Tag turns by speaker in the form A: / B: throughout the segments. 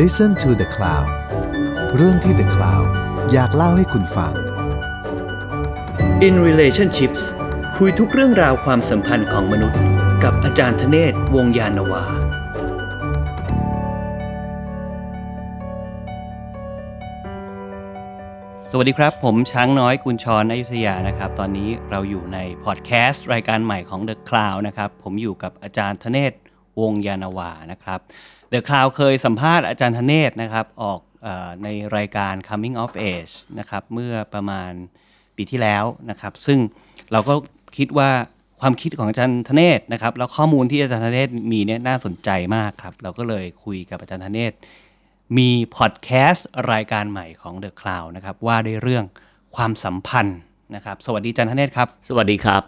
A: Listen to the Cloud เรื่องที่ The Cloud อยากเล่าให้คุณฟัง
B: In Relationships คุยทุกเรื่องราวความสัมพันธ์ของมนุษย์ กับอาจารย์ธเนศวงศ์ยานนาวา สวัสดีครับ ผมช้างน้อยกุญชรออยุธยานะครับ ตอนนี้เราอยู่ในพอดแคสต์รายการใหม่ของ The Cloud นะครับ ผมอยู่กับอาจารย์ธเนศวงศ์ยานนาวานะครับ The Cloud เคยสัมภาษณ์อาจารย์ธเนศนะครับออกเออในรายการ Coming of Age นะครับเมื่อประมาณปีที่แล้วนะครับ ซึ่งเราก็คิดว่าความคิดของอาจารย์ธเนศนะครับแล้วข้อมูลที่อาจารย์ธเนศมีเนี่ยน่าสนใจมากครับ เราก็เลยคุยกับอาจารย์ธเนศ มีพอดแคสต์รายการใหม่ของ The Cloud นะครับว่าด้วยเรื่องความสัมพันธ์นะครับ สวัสดีอาจันทเนศครับ
C: สวัสดีครับ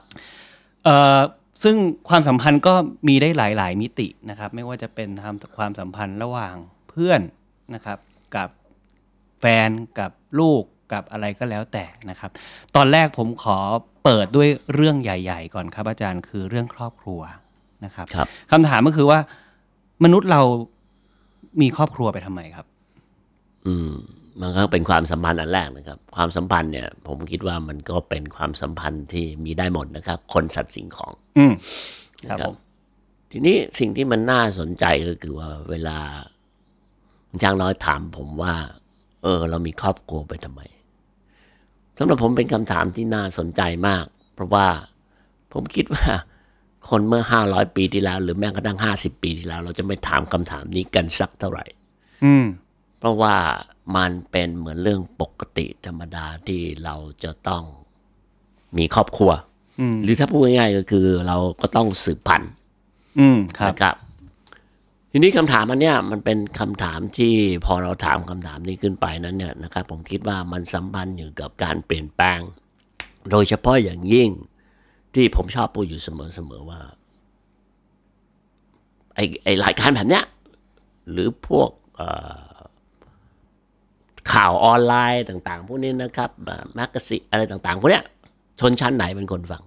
B: เอ่อซึ่งความสัมพันธ์ก็มีได้หลาย ๆ มิตินะครับ ไม่ว่าจะเป็นทำความสัมพันธ์ระหว่างเพื่อนนะครับ กับแฟนกับลูกกับอะไรก็แล้วแต่นะครับ ตอนแรกผมขอเปิดด้วยเรื่องใหญ่ ๆ ก่อนครับอาจารย์คือเรื่องครอบครัวนะครับ
C: ครับ
B: คำถามก็คือว่ามนุษย์เรามีครอบครัวไปทำไมครับ
C: อืมมันก็เป็นความสัมพันธ์อันแรกนะครับ ความสัมพันธ์เนี่ย ผมคิดว่ามันก็เป็นความสัมพันธ์ที่มีได้หมดนะครับ คนสัตว์สิ่งของ
B: อืม ค
C: ค
B: รั
C: รั
B: บบ ผม
C: ทีนี้สิ่งที่มันน่าสนใจก็คือว่าเวลาช้างน้อยถามผมว่า เออ เรามีครอบครัวไปทำไมสำหรับผมเป็นคำถามที่น่าสนใจมาก เพราะว่าผมคิดว่า คนเมื่อห้าร้อยปีที่แล้ว หรือแม้กระทั่งห้าสิบปีที่แล้ว เราจะไม่ถามคำถามนี้กันสักเท่าไหร่
B: อืม
C: เพราะว่ามันเป็นเหมือนเรื่องปกติธรรมดาที่เราจะต้องมีครอบครัว
B: อืม
C: หรือถ้าพูดง่ายๆก็คือเราก็ต้องสืบพันธุ์
B: อืม ครับ
C: นะครับทีนี้คำถามอันเนี้ยมันเป็นคำถามที่พอเราถามคำถามนี้ขึ้นไปนั้นเนี่ยนะครับผมคิดว่ามันสัมพันธ์อยู่กับการเปลี่ยนแปลง โดยเฉพาะอย่างยิ่งที่ผมชอบพูดอยู่เสมอๆว่าไอ้ไอ้รายการแบบเนี้ยหรือพวกเอ่อข่าวออนไลน์ต่าง ๆ พวกนี้นะครับแมกกาซีนอะไรต่างๆพวกเนี้ยชนชั้นไหนเป็นคนฟัง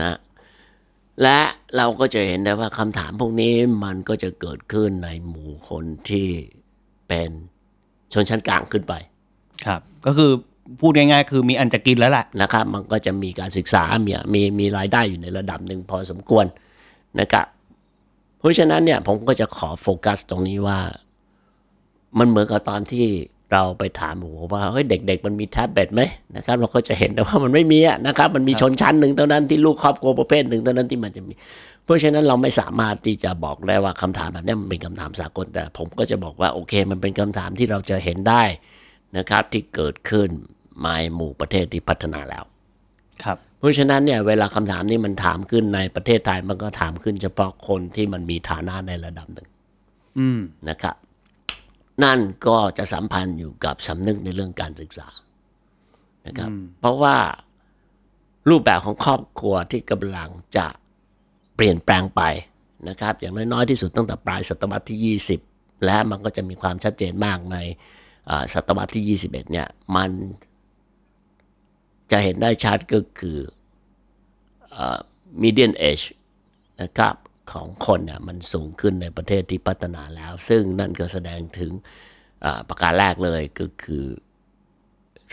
C: นะ และเราก็จะเห็นได้ว่าคำถามพวกนี้มันก็จะเกิดขึ้นในหมู่คนที่เป็นชนชั้นกลางขึ้นไป
B: ครับ ก็คือพูดง่ายๆ คือมีอันจะกินแล้วแหละ
C: นะครับ มันก็จะมีการศึกษา มีมีมีรายได้อยู่ในระดับหนึ่งพอสมควรนะครับ เพราะฉะนั้นเนี่ยผมก็จะขอโฟกัสตรงนี้ว่า มันเหมือนกับตอนที่เราไปถามหมูว่าเฮ้ยเด็ก ๆ มันมีแท็บเล็ตไหมนะครับ เราก็จะเห็นแต่ว่ามันไม่มีอะนะครับ มันมีชนชั้นหนึ่งเท่านั้นที่ลูกครอบครัวประเภทหนึ่งเท่านั้นที่มันจะมี เพราะฉะนั้นเราไม่สามารถที่จะบอกได้ว่าคำถามแบบนี้มันเป็นคำถามสากลแต่ผมก็จะบอกว่าโอเค มันเป็นคำถามที่เราจะเห็นได้นะครับ ที่เกิดขึ้นในหมู่ประเทศที่พัฒนาแล้ว
B: ครับ
C: เพราะฉะนั้นเนี่ยเวลาคำถามนี้มันถามขึ้นในประเทศไทยมันก็ถามขึ้นเฉพาะคนที่มันมีฐานะในระดับหนึ่ง
B: อืม
C: นะครับ นั่นก็จะสัมพันธ์อยู่กับสำนึกในเรื่องการศึกษานะครับ เพราะว่ารูปแบบของครอบครัวที่กำลังจะเปลี่ยนแปลงไปนะครับ อย่างน้อยๆที่สุดตั้งแต่ปลายศตวรรษที่ 20 และมันก็จะมีความชัดเจนมากในเอ่อศตวรรษที่ 21 เนี่ยมันจะเห็นได้ชัดก็คือเอ่อ median age นะครับของคนเนี่ยมันสูงขึ้นในประเทศที่พัฒนาแล้ว ซึ่งนั่นก็แสดงถึงเอ่อประการแรกเลยก็คือ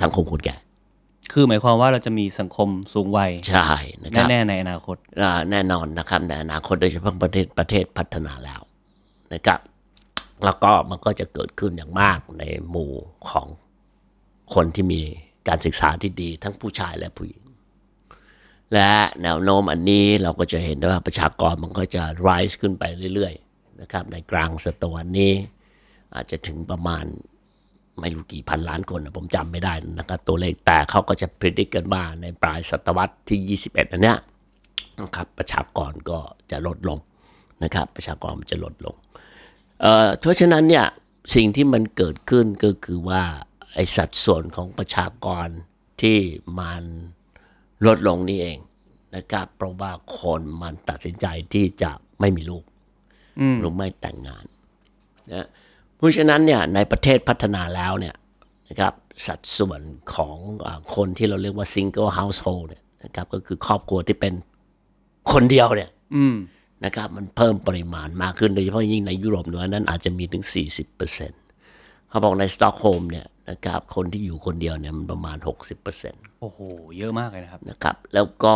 C: สังคมคนแก่
B: คือหมายความว่าเราจะมีสังคมสูงวัย
C: ใช่นะครับ
B: แน่ๆในอนาคต
C: อ่าแน่นอนนะครับในอนาคตโดยเฉพาะประเทศประเทศพัฒนาแล้วนะครับ แล้วก็มันก็จะเกิดขึ้นอย่างมากในหมู่ของคนที่มีการศึกษาที่ดี ทั้งผู้ชายและผู้หญิง และแนวโน้มอันนี้เราก็จะเห็นได้ว่าประชากรมันก็จะ rise ขึ้นไปเรื่อยๆนะครับในกลางศตวรรษนี้ อาจจะถึงประมาณไม่รู้กี่พันล้านคนนะผมจำไม่ได้นะครับตัวเลขแต่เขาก็จะพิจิตกันว่าในปลายศตวรรษที่ 21อันเนี้ย นะครับประชากรก็จะลดลงนะครับประชากรมันจะลดลงเอ่อเพราะฉะนั้นเนี่ยสิ่งที่มันเกิดขึ้นก็คือว่าไอสัดส่วนของประชากรที่มันลดลงนี่เองนะครับเพราะว่าคนมันตัดสินใจที่จะไม่มีลูกหรือไม่แต่งงานนะเพราะฉะนั้นเนี่ยในประเทศพัฒนาแล้วเนี่ยนะครับสัดส่วนของอาคนที่เราเรียกว่า single household เนี่ยนะครับก็คือครอบครัวที่เป็น คนเดียวเนี่ย
B: อืม
C: นะครับมันเพิ่มปริมาณมากขึ้นโดยเฉพาะยิ่งในยุโรปเหนือนั้นอาจจะมีถึง 40%เขาบอกในสต็อกโฮล์มเนี่ยนะครับคนที่อยู่คนเดียวเนี่ยมันประมาณ 60%
B: โอ้โห เยอะมากเลยนะครับ
C: นะครับแล้วก็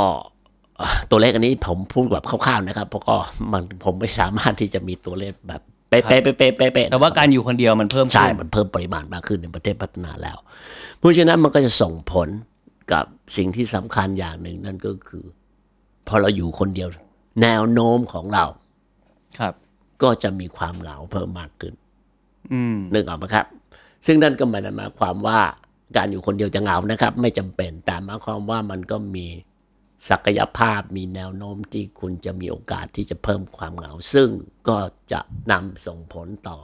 C: เอ่อตัวเลขอันนี้ผมพูดแบบคร่าวๆนะครับเพราะก็มันผมไม่สามารถที่จะมีตัวเลขแบบเป๊ะๆเป๊ะๆเป๊ะๆเป๊ะๆ
B: แต่ว่าการอยู่คนเดียวมันเพิ่ม
C: ใช่
B: ขึ้น
C: มันเพิ่มปริมาณมากขึ้นในประเทศพัฒนาแล้ว เพราะฉะนั้นมันก็จะส่งผลกับสิ่งที่สำคัญอย่างหนึ่งนั่นก็คือ พอเราอยู่คนเดียว แนวโน้มของเรา
B: ครับ
C: ก็จะมีความเหงาเพิ่มมากขึ้น
B: อืม
C: นึกออกไหมครับ ซึ่งนั่นก็หมายหมายความว่าการอยู่คนเดียวจะเหงานะครับ ไม่จำเป็น แต่หมายความว่ามันก็มีศักยภาพมีแนวโน้มที่คุณจะมีโอกาสที่จะเพิ่มความเหงา ซึ่งก็จะนำส่งผลต่อ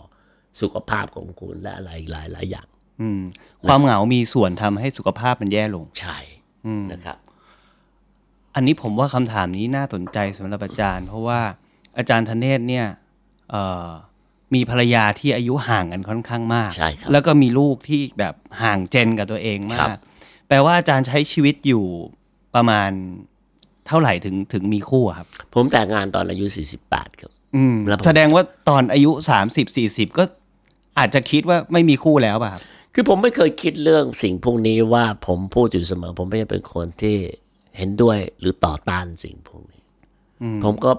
C: สุขภาพของคุณและอะไรหลายหลายๆอย่าง
B: อืม ความเหงามีส่วนทำให้สุขภาพมันแย่ลง
C: ใช่
B: อืม
C: นะครับ
B: อันนี้ผมว่าคำถามนี้น่าสนใจสำหรับอาจารย์ เพราะว่าอาจารย์ธเนศเนี่ยเอ่อมีภรรยาที่อายุห่างกันค่อนข้างมาก
C: ใช่ครับ
B: แล้วก็มีลูกที่แบบห่างเจนกับตัวเอง
C: ครั
B: มาก
C: บ
B: แปลว่าอาจารย์ใช้ชีวิตอยู่ประมาณเท่าไหร่ถึงถึงมีคู่อะครับ
C: ผมแต่งงานตอนอายุ 48 ครับ
B: อืม
C: แล้วผม
B: แสดงว่าตอนอายุ 30 40 ก็อาจจะคิดว่าไม่มีคู่แล้วป่ะครับ
C: คือผมไม่เคยคิดเรื่องสิ่งพวกนี้ว่าผมพูดอยู่เสมอ ผมไม่ได้เป็นคนที่เห็นด้วยหรือต่อต้านสิ่งพวกนี้ ผมก็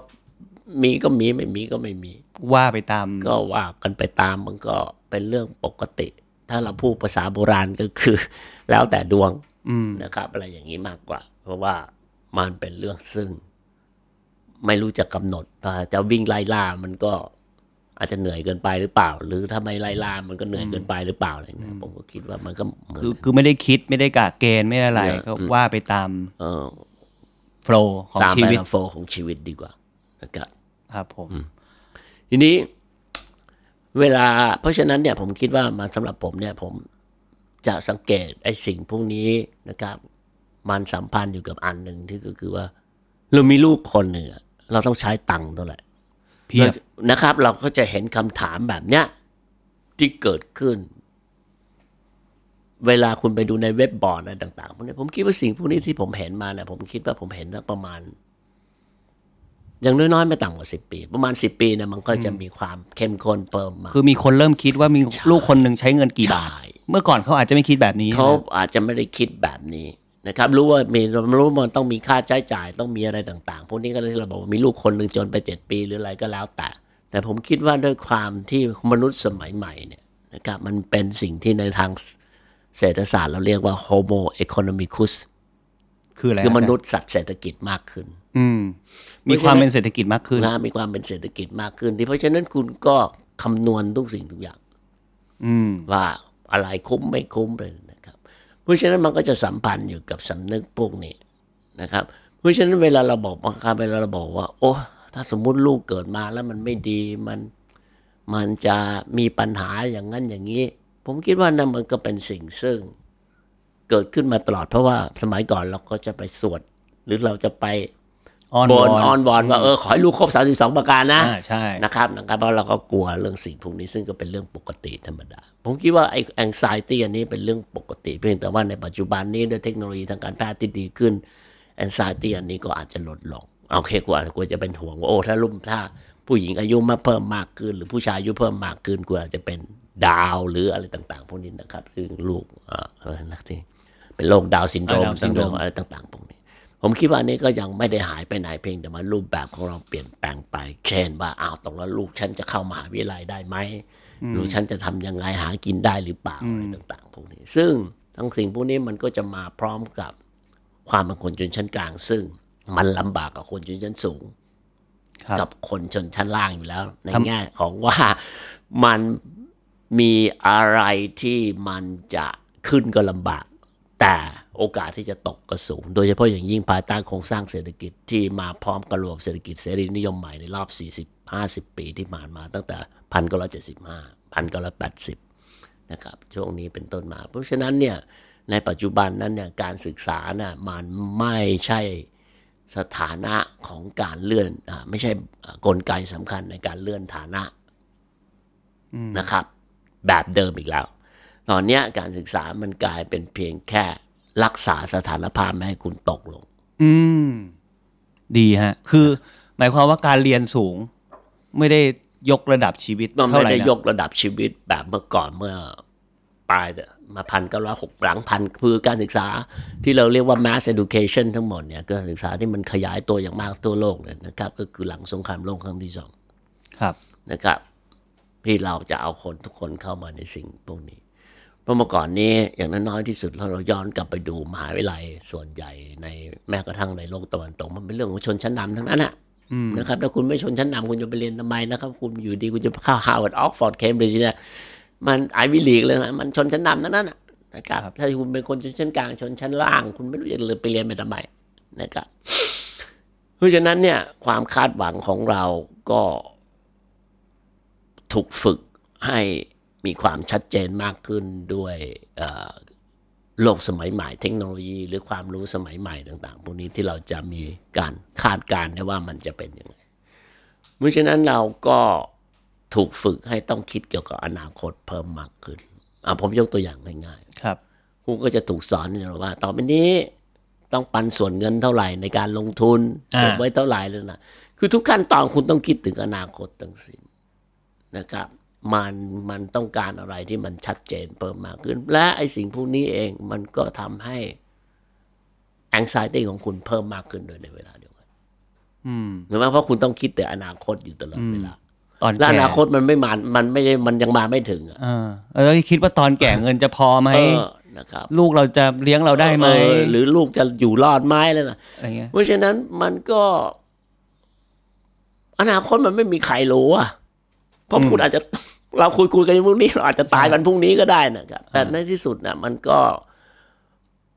C: มีก็มีไม่มีก็ไม่มี
B: ว่าไปตาม
C: ก็ว่ากันไปตามมันก็เป็นเรื่องปกติ ถ้าเราพูดภาษาโบราณก็คือ แล้วแต่ดวง
B: อืม
C: นะครับอะไรอย่างนี้มากกว่า เพราะว่ามันเป็นเรื่องซึ่ง ไม่รู้จะกำหนดว่าจะวิ่งไล่ล่ามันก็อาจจะเหนื่อยเกินไปหรือเปล่า หรือถ้าไม่ไล่ล่ามันก็เหนื่อยเกินไปหรือเปล่าอะไรอย่างเงี้ยผมก็คิดว่ามันก็เหมือน
B: คือคือไม่ได้คิดไม่ได้กะเกณฑ์ไม่ได้อะไร
C: เนี่ย
B: ก็ว่าไปตาม
C: เออ
B: โฟลว์ของ
C: ตาม
B: ชี
C: ไป
B: วิต
C: ลำโฟของชีวิตดีกว่านะครับ
B: ครับผม
C: ทีนี้เวลาเพราะฉะนั้นเนี่ยผมคิดว่ามันสำหรับผมเนี่ยผมจะสังเกตไอ้สิ่งพวกนี้นะครับ มันสัมพันธ์อยู่กับอันหนึ่งที่ก็คือว่า เรามีลูกคนหนึ่งอะเราต้องใช้ตังค์เท่าไหร่
B: เพียบ
C: เรานะครับ เราก็จะเห็นคำถามแบบเนี้ยที่เกิดขึ้น เวลาคุณไปดูในเว็บบอร์ดอะไรต่างๆพวกนี้ผมคิดว่าสิ่งพวกนี้ที่ผมเห็นมาเนี่ยผมคิดว่าผมเห็นสักประมาณ อย่างน้อยๆไม่ต่ำกว่าสิบปี ประมาณสิบปีเนี่ยมันก็จะมีความเข้มข้นเพิ่มมา
B: คือมีคนเริ่มคิดว่ามีลูกคนหนึ่งใช้เงินกี่บาท
C: ใช่
B: เมื่อก่อนเขาอาจจะไม่คิดแบบนี้น
C: เขา
B: ะ
C: อาจจะไม่ได้คิดแบบนี้นะครับ รู้ว่ามีรู้ว่ามันต้องมีค่าใช้จ่ายต้องมีอะไรต่าง ๆ พวกนี้ก็เลยเราบอกว่ามีลูกคนหนึ่งจนไปเจ็ดปีหรืออะไรก็แล้วแต่ แต่ผมคิดว่าด้วยความที่มนุษย์สมัยใหม่เนี่ยนะครับมันเป็นสิ่งที่ในทางเศรษฐศาสตร์เราเรียกว่า homo economicus
B: คืออะไร
C: คือมนุษย์สัตว์เศรษฐกิจมากขึ้น
B: อืม มีความเป็นเศรษฐกิจมากขึ้น
C: นะมีความเป็นเศรษฐกิจมากขึ้นที่เพราะฉะนั้นคุณก็คำนวณทุกสิ่งทุกอย่างว่าอะไรคุ้มไม่คุ้มเลยนะครับ เพราะฉะนั้นมันก็จะสัมพันธ์อยู่กับสำนึกพวกนี้นะครับ เพราะฉะนั้นเวลาเราบอกบางครั้งเวลาเราบอกว่า โอ้ถ้าสมมุติลูกเกิดมาแล้วมันไม่ดีมันมันจะมีปัญหาอย่างนั้นอย่างนี้ ผมคิดว่านั่นมันก็เป็นสิ่งซึ่ง เกิดขึ้นมาตลอดเพราะว่าสมัยก่อนเราก็จะไปสวด หรือเราจะไป
B: อ้อน
C: บ
B: วอน น
C: อ้อนวอนว่าเออขอให้ลูกครบ 32 ประการนะ
B: อ่าใช่
C: นะครับนะครับเพราะเราก็กลัวเรื่องสิ่งพวกนี้ซึ่งก็เป็นเรื่องปกติธรรมดา ผมคิดว่าไอ้ anxiety อันนี้เป็นเรื่องปกติ เพียงแต่ว่าในปัจจุบันนี้ด้วยเทคโนโลยีทางการแพทย์ที่ดีขึ้น anxiety อันนี้ก็อาจจะลดลงโอเคกว่ากลัวจะเป็นห่วงว่าโอ้ถ้าลุ่มถ้าผู้หญิงอายุมากเพิ่มมากขึ้น หรือผู้ชายอายุเพิ่มมากขึ้นกลัวอาจจะเป็นดาวหรืออะไรต่าง ๆ พวกนี้นะครับคือลูกเอ่ออะไรนะที่เป็นโรคดาวซินโดรมซินโดรมอะไรต่าง ๆ พวกนี้ ผมคิดว่าอันนี้ก็ยังไม่ได้หายไปไหนเพียงแต่ว่ารูปแบบของเราเปลี่ยนแปลงไป เช่นว่าอ้าวตกแล้วลูกฉันจะเข้ามหาวิทยาลัยได้ไหมลูกฉันจะทำยังไงหากินได้หรือเปล่าอะไรต่าง ๆ พวกนี้ ซึ่งทั้งสิ่งพวกนี้มันก็จะมาพร้อมกับความเป็นคนชนชั้นกลาง ซึ่งมันลำบากกับคนชนชั้นสูง
B: ครับ
C: กับคนชนชั้นล่างอยู่แล้ว ใน
B: ทำ
C: แง่ของว่ามันมีอะไรที่มันจะขึ้นก็ลำบาก แต่โอกาสที่จะตกก็สูง โดยเฉพาะอย่างยิ่งภายใต้โครงสร้างเศรษฐกิจที่มาพร้อมกับระบบเศรษฐกิจเสรีนิยมใหม่ในรอบ 40-50 ปีที่ผ่านมาตั้งแต่ 1975 1980 นะครับช่วงนี้เป็นต้นมา เพราะฉะนั้นเนี่ยในปัจจุบันนั้นเนี่ยการศึกษาน่ะมันไม่ใช่สถานะของการเลื่อนอาไม่ใช่อ่ากลไกสำคัญในการเลื่อนฐานะนะครับ แบบเดิมอีกแล้ว ตอนเนี้ยการศึกษามันกลายเป็นเพียงแค่รักษาสถานภาพไม่ให้คุณตกลง
B: อืม ดีฮะ คือ หมายความว่าการเรียนสูง ไม่ได้ยกระดับชีวิต
C: มัน
B: เท่า
C: ไม่
B: ไหร่
C: ได้
B: นะ
C: ยกระดับชีวิตแบบเมื่อก่อนเมื่อปลายมาพันเก้าร้อยหกหลังพันคือการศึกษาที่เราเรียกว่า mass education ทั้งหมดเนี่ยการศึกษาที่มันขยายตัวอย่างมากทั่วโลกเนี่ยนะครับ ก็คือหลังสงครามโลกครั้งที่สอง
B: ครับ
C: นะครับที่เราจะเอาคนทุกคนเข้ามาในสิ่งพวกนี้ เพราะเมื่อก่อนนี้อย่างน้อยๆที่สุดถ้าเราย้อนกลับไปดูมหาวิทยาลัยส่วนใหญ่ในแม้กระทั่งในโลกตะวันตกมันเป็นเรื่องของชนชั้นนำทั้งนั้นนะนะครับถ้าคุณไม่ชนชั้นนำคุณจะไปเรียนทำไมนะครับ คุณอยู่ดีคุณจะเข้าฮาร์วาร์ดออกฟอร์ดเคมบริดจ์เนี่ยมันไอวิลีกเลยนะมันชนชั้นนำทั้งนั้นนะนะครับถ้าคุณเป็นคนชนชั้นกลางชนชั้นล่าง คุณไม่รู้จะเลยไปเรียนไปทำไมนะครับ เพราะฉะนั้นเนี่ยความคาดหวังของเราก็ ถูกฝึกให้มีความชัดเจนมากขึ้นด้วยเอ่อโลกสมัยใหม่เทคโนโลยี หรือความรู้สมัยใหม่ต่างๆพวกนี้ที่เราจะมีการคาดการณ์ได้ว่ามันจะเป็นยังไงเพราะฉะนั้นเราก็ถูกฝึกให้ต้องคิดเกี่ยวกับอนาคตเพิ่มมากขึ้นอ่ะผมยกตัวอย่างง่ายๆ
B: ครับ
C: ครูก็จะถูกสอนเนี่ยว่า ต่อไปนี้ต้องปันส่วนเงินเท่าไหร่ในการลงทุน
B: อ่า
C: เก็บไว้เท่าไหร่เลยนะคือทุกขั้นตอนคุณต้องคิดถึงอนาคตทั้งสิ้นนะครับ มันมันต้องการอะไรที่มันชัดเจนเพิ่มมากขึ้น และไอสิ่งพวกนี้เองมันก็ทำให้ anxiety ของคุณเพิ่มมากขึ้นโดวยในเวลาเดียวกัน
B: อืม
C: ถูกไหมเพราะคุณต้องคิดแต่อนาคตอยู่ตลอดเวลา
B: ตอน
C: และ
B: แก่
C: อนาคตมันไม่มามันไม่ได้มันยังมาไม่ถึงอะ
B: เออแล้วคิดว่าตอนแก่เงินจะพอไหม
C: เออนะครับ
B: ลูกเราจะเลี้ยงเราได้ไหม
C: เออหรือลูกจะอยู่รอดไหมเลยนะ
B: อะไรเงี้ย
C: เพราะฉะนั้นมันก็ อนาคตมันไม่มีใครรู้อะเพราะคุณอาจจะ เราคุยคุยๆกันพรุ่งนี้เราอาจจะตายวันพรุ่งนี้ก็ได้นะครับแต่ในที่สุดนะมันก็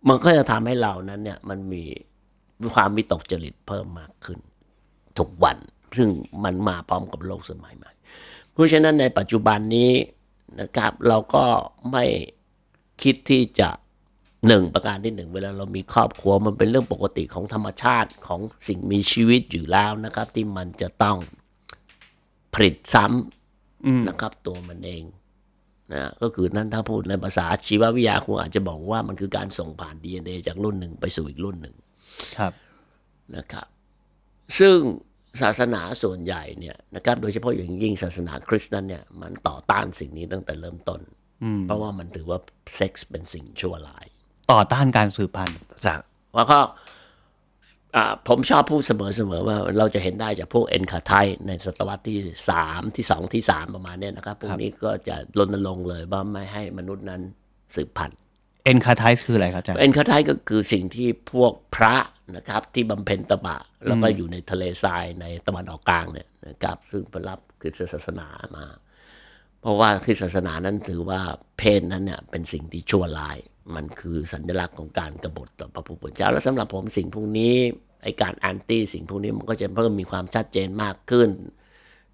C: มันก็จะทำให้เรานั้น เนี่ย มันมีความวิตกจริตเพิ่มมากขึ้น ทุกวัน ซึ่งมันมาพร้อมกับโลกสมัยใหม่ เพราะฉะนั้นในปัจจุบันนี้นะครับ เราก็ไม่คิดที่จะหนึ่งประการที่หนึ่งเวลาเรามีครอบครัวมันเป็นเรื่องปกติของธรรมชาติของสิ่งมีชีวิตอยู่แล้วนะครับ ที่มันจะต้องผลิตซ้ำนะครับ ตัวมันเองนะก็คือนั่นถ้าพูดในภาษาชีววิทยาคุณอาจจะบอกว่ามันคือการส่งผ่าน DNA จากรุ่นหนึ่งไปสู่อีกรุ่นหนึ่ง
B: ครับ
C: นะครับซึ่งศาสนาส่วนใหญ่เนี่ยนะครับโดยเฉพาะอย่างยิ่งศาสนาคริสต์นั้นเนี่ยมันต่อต้านสิ่งนี้ตั้งแต่เริ่มต้น เพราะว่ามันถือว่าเซ็กส์เป็นสิ่งชั่วร้าย
B: ต่อต้านการสืบพันธุ์
C: สั่งว่าก็อ่าผมชอบพูดเสมอๆว่าเราจะเห็นได้จากพวกเอนคาไทในศตวรรษที่ 3 ที่ 2 ที่ 3 ประมาณเนี้ยนะครับ พวกนี้ก็จะรณรงค์เลยว่าไม่ให้มนุษย์นั้นสืบพันธุ์
B: เอนคาไทส์คืออะไรครับอาจารย์
C: เอนคาไทก็คือสิ่งที่พวกพระนะครับที่บำเพ็ญตบะ แล้วก็อยู่ในทะเลทรายในตะวันออกกลางเนี่ยนะครับซึ่งไปรับคริสตศาสนามา เพราะว่าคริสตศาสนานั้นถือว่าเพศนั้นเนี่ยเป็นสิ่งที่ชั่วร้าย มันคือสัญลักษณ์ของการกบฏต่อพระผู้เป็นเจ้า และสำหรับผมสิ่งพวกนี้ไอการแอนตี้สิ่งพวกนี้มันก็จะเพิ่มมีความชัดเจนมากขึ้น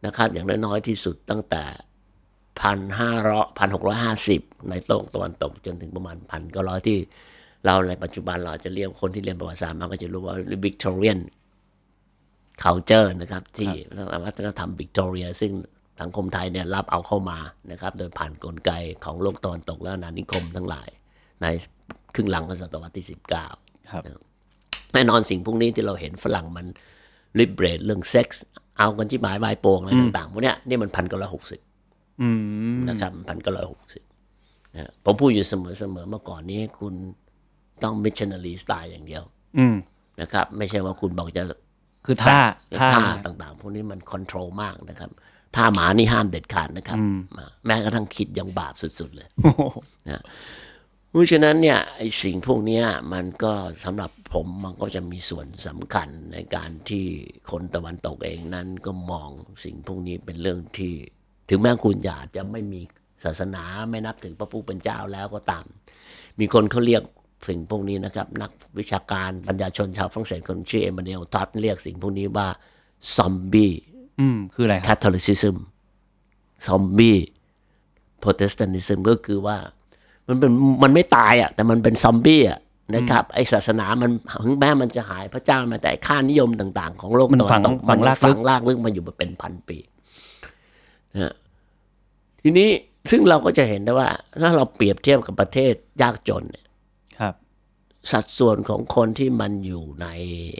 C: นะครับ อย่างน้อยๆที่สุดตั้งแต่ พันห้าร้อยพันหกร้อยห้าสิบในโลกตะวันตกจนถึงประมาณพันเก้าร้อยที่ เราในปัจจุบันเราอาจจะเรียกคนที่เรียนประวัติศาสตร์มาก็จะรู้ว่า Victorian culture นะครับ ที่วัฒนธรรมวิกตอเรีย ซึ่งสังคมไทยเนี่ยรับเอาเข้ามานะครับ โดยผ่านกลไกของโลกตะวันตกและอาณานิคมทั้งหลาย ในครึ่งหลังของศตวรรษที่
B: ค
C: 19
B: รับ
C: แน่นอนสิ่งพวกนี้ที่เราเห็นฝรั่งมันริบเบรดเรื่องเซ็กส์เอากันที่หมายบายโปงอะไรต่างๆพวกเนี้ยนี่มันพันเก้าร้อยหกสิบ
B: อืม
C: นะครับพันเก้าร้อยหกสิบนะผมพูดอยู่เสมอๆเมื่อก่อนนี้คุณต้องมิชชันนารีสไตล์อย่างเดียว
B: อืม
C: นะครับ ไม่ใช่ว่าคุณบอกจะ
B: คือท่าท่า
C: ท่าต่างๆ พวกนี้มันคอนโทรลมากนะครับท่าหมานี่ห้ามเด็ดขาดนะครับอ่าแม้กระทั่งคิดยังบาปสุดๆเลย
B: โอ้โห
C: เพราะฉะนั้นเนี่ยไอ้สิ่งพวกเนี้ยมันก็สำหรับผมมันก็จะมีส่วนสำคัญในการที่คนตะวันตกเองนั้นก็มองสิ่งพวกนี้เป็นเรื่องที่ ถึงแม้คุณอยากจะไม่มีศาสนาไม่นับถือพระผู้เป็นเจ้าแล้วก็ตาม มีคนเขาเรียกสิ่งพวกนี้นะครับ นักวิชาการปัญญาชนชาวฝรั่งเศสคนชื่อเอมมานูเอลทัตเรียกสิ่งพวกนี้ว่าซอมบี้
B: อืม คืออะไรค
C: คา
B: รับ
C: ทอลิซิซึมซอมบี้โปรเตสแตนติซึมก็คือว่า มันเป็นมันไม่ตายอ่ะแต่มันเป็นซอมบี้อ่ะนะครับ ไอศาสนามันถึงแม้มันจะหายพระเจ้ามาแต่ไอ้ค่านิยมต่าง ๆ ของโลก
B: มัน
C: ตะวั
B: ฝัง
C: ตก
B: ฝั
C: มั
B: ง
C: น
B: รากลึ
C: ฝั
B: ก
C: งลากลึกมาอยู่มาเป็นพันปีนะฮะทีนี้ซึ่งเราก็จะเห็นได้ว่า ถ้าเราเปรียบเทียบกับประเทศยากจนเนี่ย
B: ครับ
C: สัดส่วนของคนที่มันอยู่ใน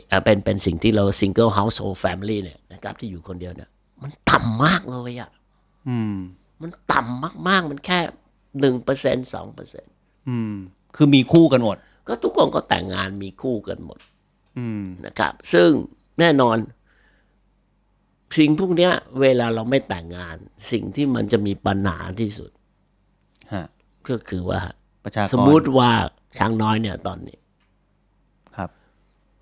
C: อ่ะเป็นเป็นสิ่งที่เรา single household family เนี่ยนะครับที่อยู่คนเดียวเนี่ย มันต่ำมากเลยอะ
B: อืม
C: มันต่ำมากๆ มันแค่หนึ่งเปอร์เซ็นสองเปอร์เซ็น
B: อืม คือมีคู่กันหมด
C: ก็ทุกคนก็แต่งงานมีคู่กันหมด
B: อืม
C: นะครับ ซึ่งแน่นอน สิ่งพวกเนี้ย เวลาเราไม่แต่งงาน สิ่งที่มันจะมีปัญหาที่สุด
B: ฮะ
C: ก็คือว่า
B: ประชากร
C: สมมุติว่าช้างน้อยเนี่ย ตอนนี้
B: ครับ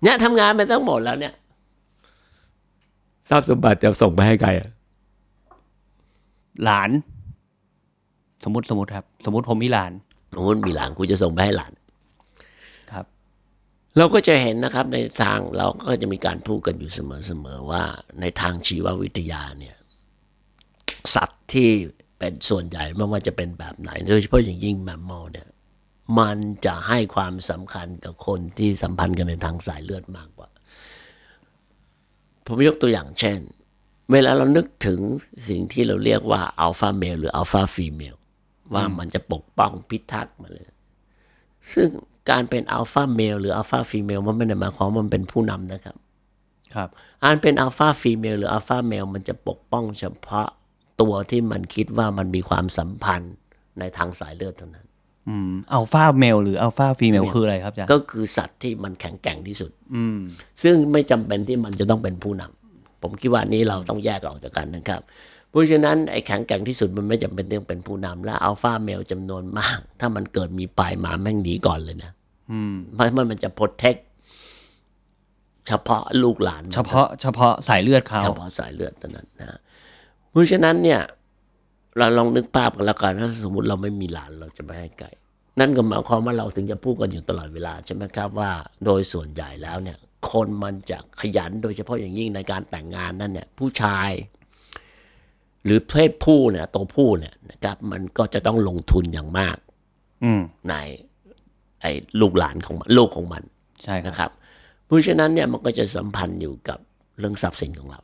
C: เนี่ยทำงานไปทั้งหมดแล้วเนี่ยทรัพย์สมบัติจะส่งไปให้ใครอะ
B: หลาน สมมติสมมติครับ สมมติผมมีหลาน
C: สมมติมีหลานกูจะส่งไปให้หลาน
B: ครับ
C: เราก็จะเห็นนะครับในทางเราก็จะมีการพูดกันอยู่เสมอๆว่า ในทางชีววิทยาเนี่ยสัตว์ที่เป็นส่วนใหญ่ไม่ว่าจะเป็นแบบไหน โดยเฉพาะอย่างยิ่งแมมมอลเนี่ยมันจะให้ความสำคัญกับคนที่สัมพันธ์กันในทางสายเลือดมากกว่า ผมยกตัวอย่างเช่น เวลาเรานึกถึงสิ่งที่เราเรียกว่าอัลฟาเมลหรืออัลฟาฟีเมลว่ามันจะปกป้องพิทักษ์มันเลย ซึ่งการเป็นอัลฟาเมลหรืออัลฟาฟีเมลมันไม่ได้หมายความว่ามันเป็นผู้นำนะครับ
B: ครับ
C: อันเป็นอัลฟาฟีเมลหรืออัลฟาเมลมันจะปกป้องเฉพาะตัวที่มันคิดว่ามันมีความสัมพันธ์ในทางสายเลือดเท่านั้น
B: อืม อัลฟาเมลหรืออัลฟาฟีเมลคืออะไรครับอาจารย์
C: ก็คือสัตว์ที่มันแข็งแกร่งที่สุดซึ่งไม่จำเป็นที่มันจะต้องเป็นผู้นำผมคิดว่านี้เราต้องแยกออกจากกันนะครับ เพราะฉะนั้นไอ้แข็งแกร่งที่สุดมันไม่จำเป็นต้องเป็นผู้นำและอัลฟาเมลจำนวนมาก ถ้ามันเกิดมีปลายหมาแม่งหนีก่อนเลยนะ
B: อืม
C: เพราะมันมันจะ protect เฉพาะลูกหลานมัน
B: เฉพาะเฉพาะสายเลือดเขา
C: เฉพาะสายเลือดเท่านั้นนะ เพราะฉะนั้นเนี่ย เราลองนึกภาพกันและกันถ้าสมมติเราไม่มีหลานเราจะไม่ให้ไก่ นั่นก็หมายความว่าเราถึงจะพูดกันอยู่ตลอดเวลาใช่ไหมครับว่า โดยส่วนใหญ่แล้วเนี่ย คนมันจะขยันโดยเฉพาะอย่างยิ่งในการแต่งงานนั่นเนี่ย ผู้ชาย หรือเพศผู้เนี่ยตัวผู้เนี่ยนะครับ มันก็จะต้องลงทุนอย่างมาก
B: อืม
C: ใน ไอ้ลูกหลานของมันลูกของมัน
B: ใช่ครับ
C: นะครับ เพราะฉะนั้นเนี่ยมันก็จะสัมพันธ์อยู่กับเรื่องทรัพย์สินของเรา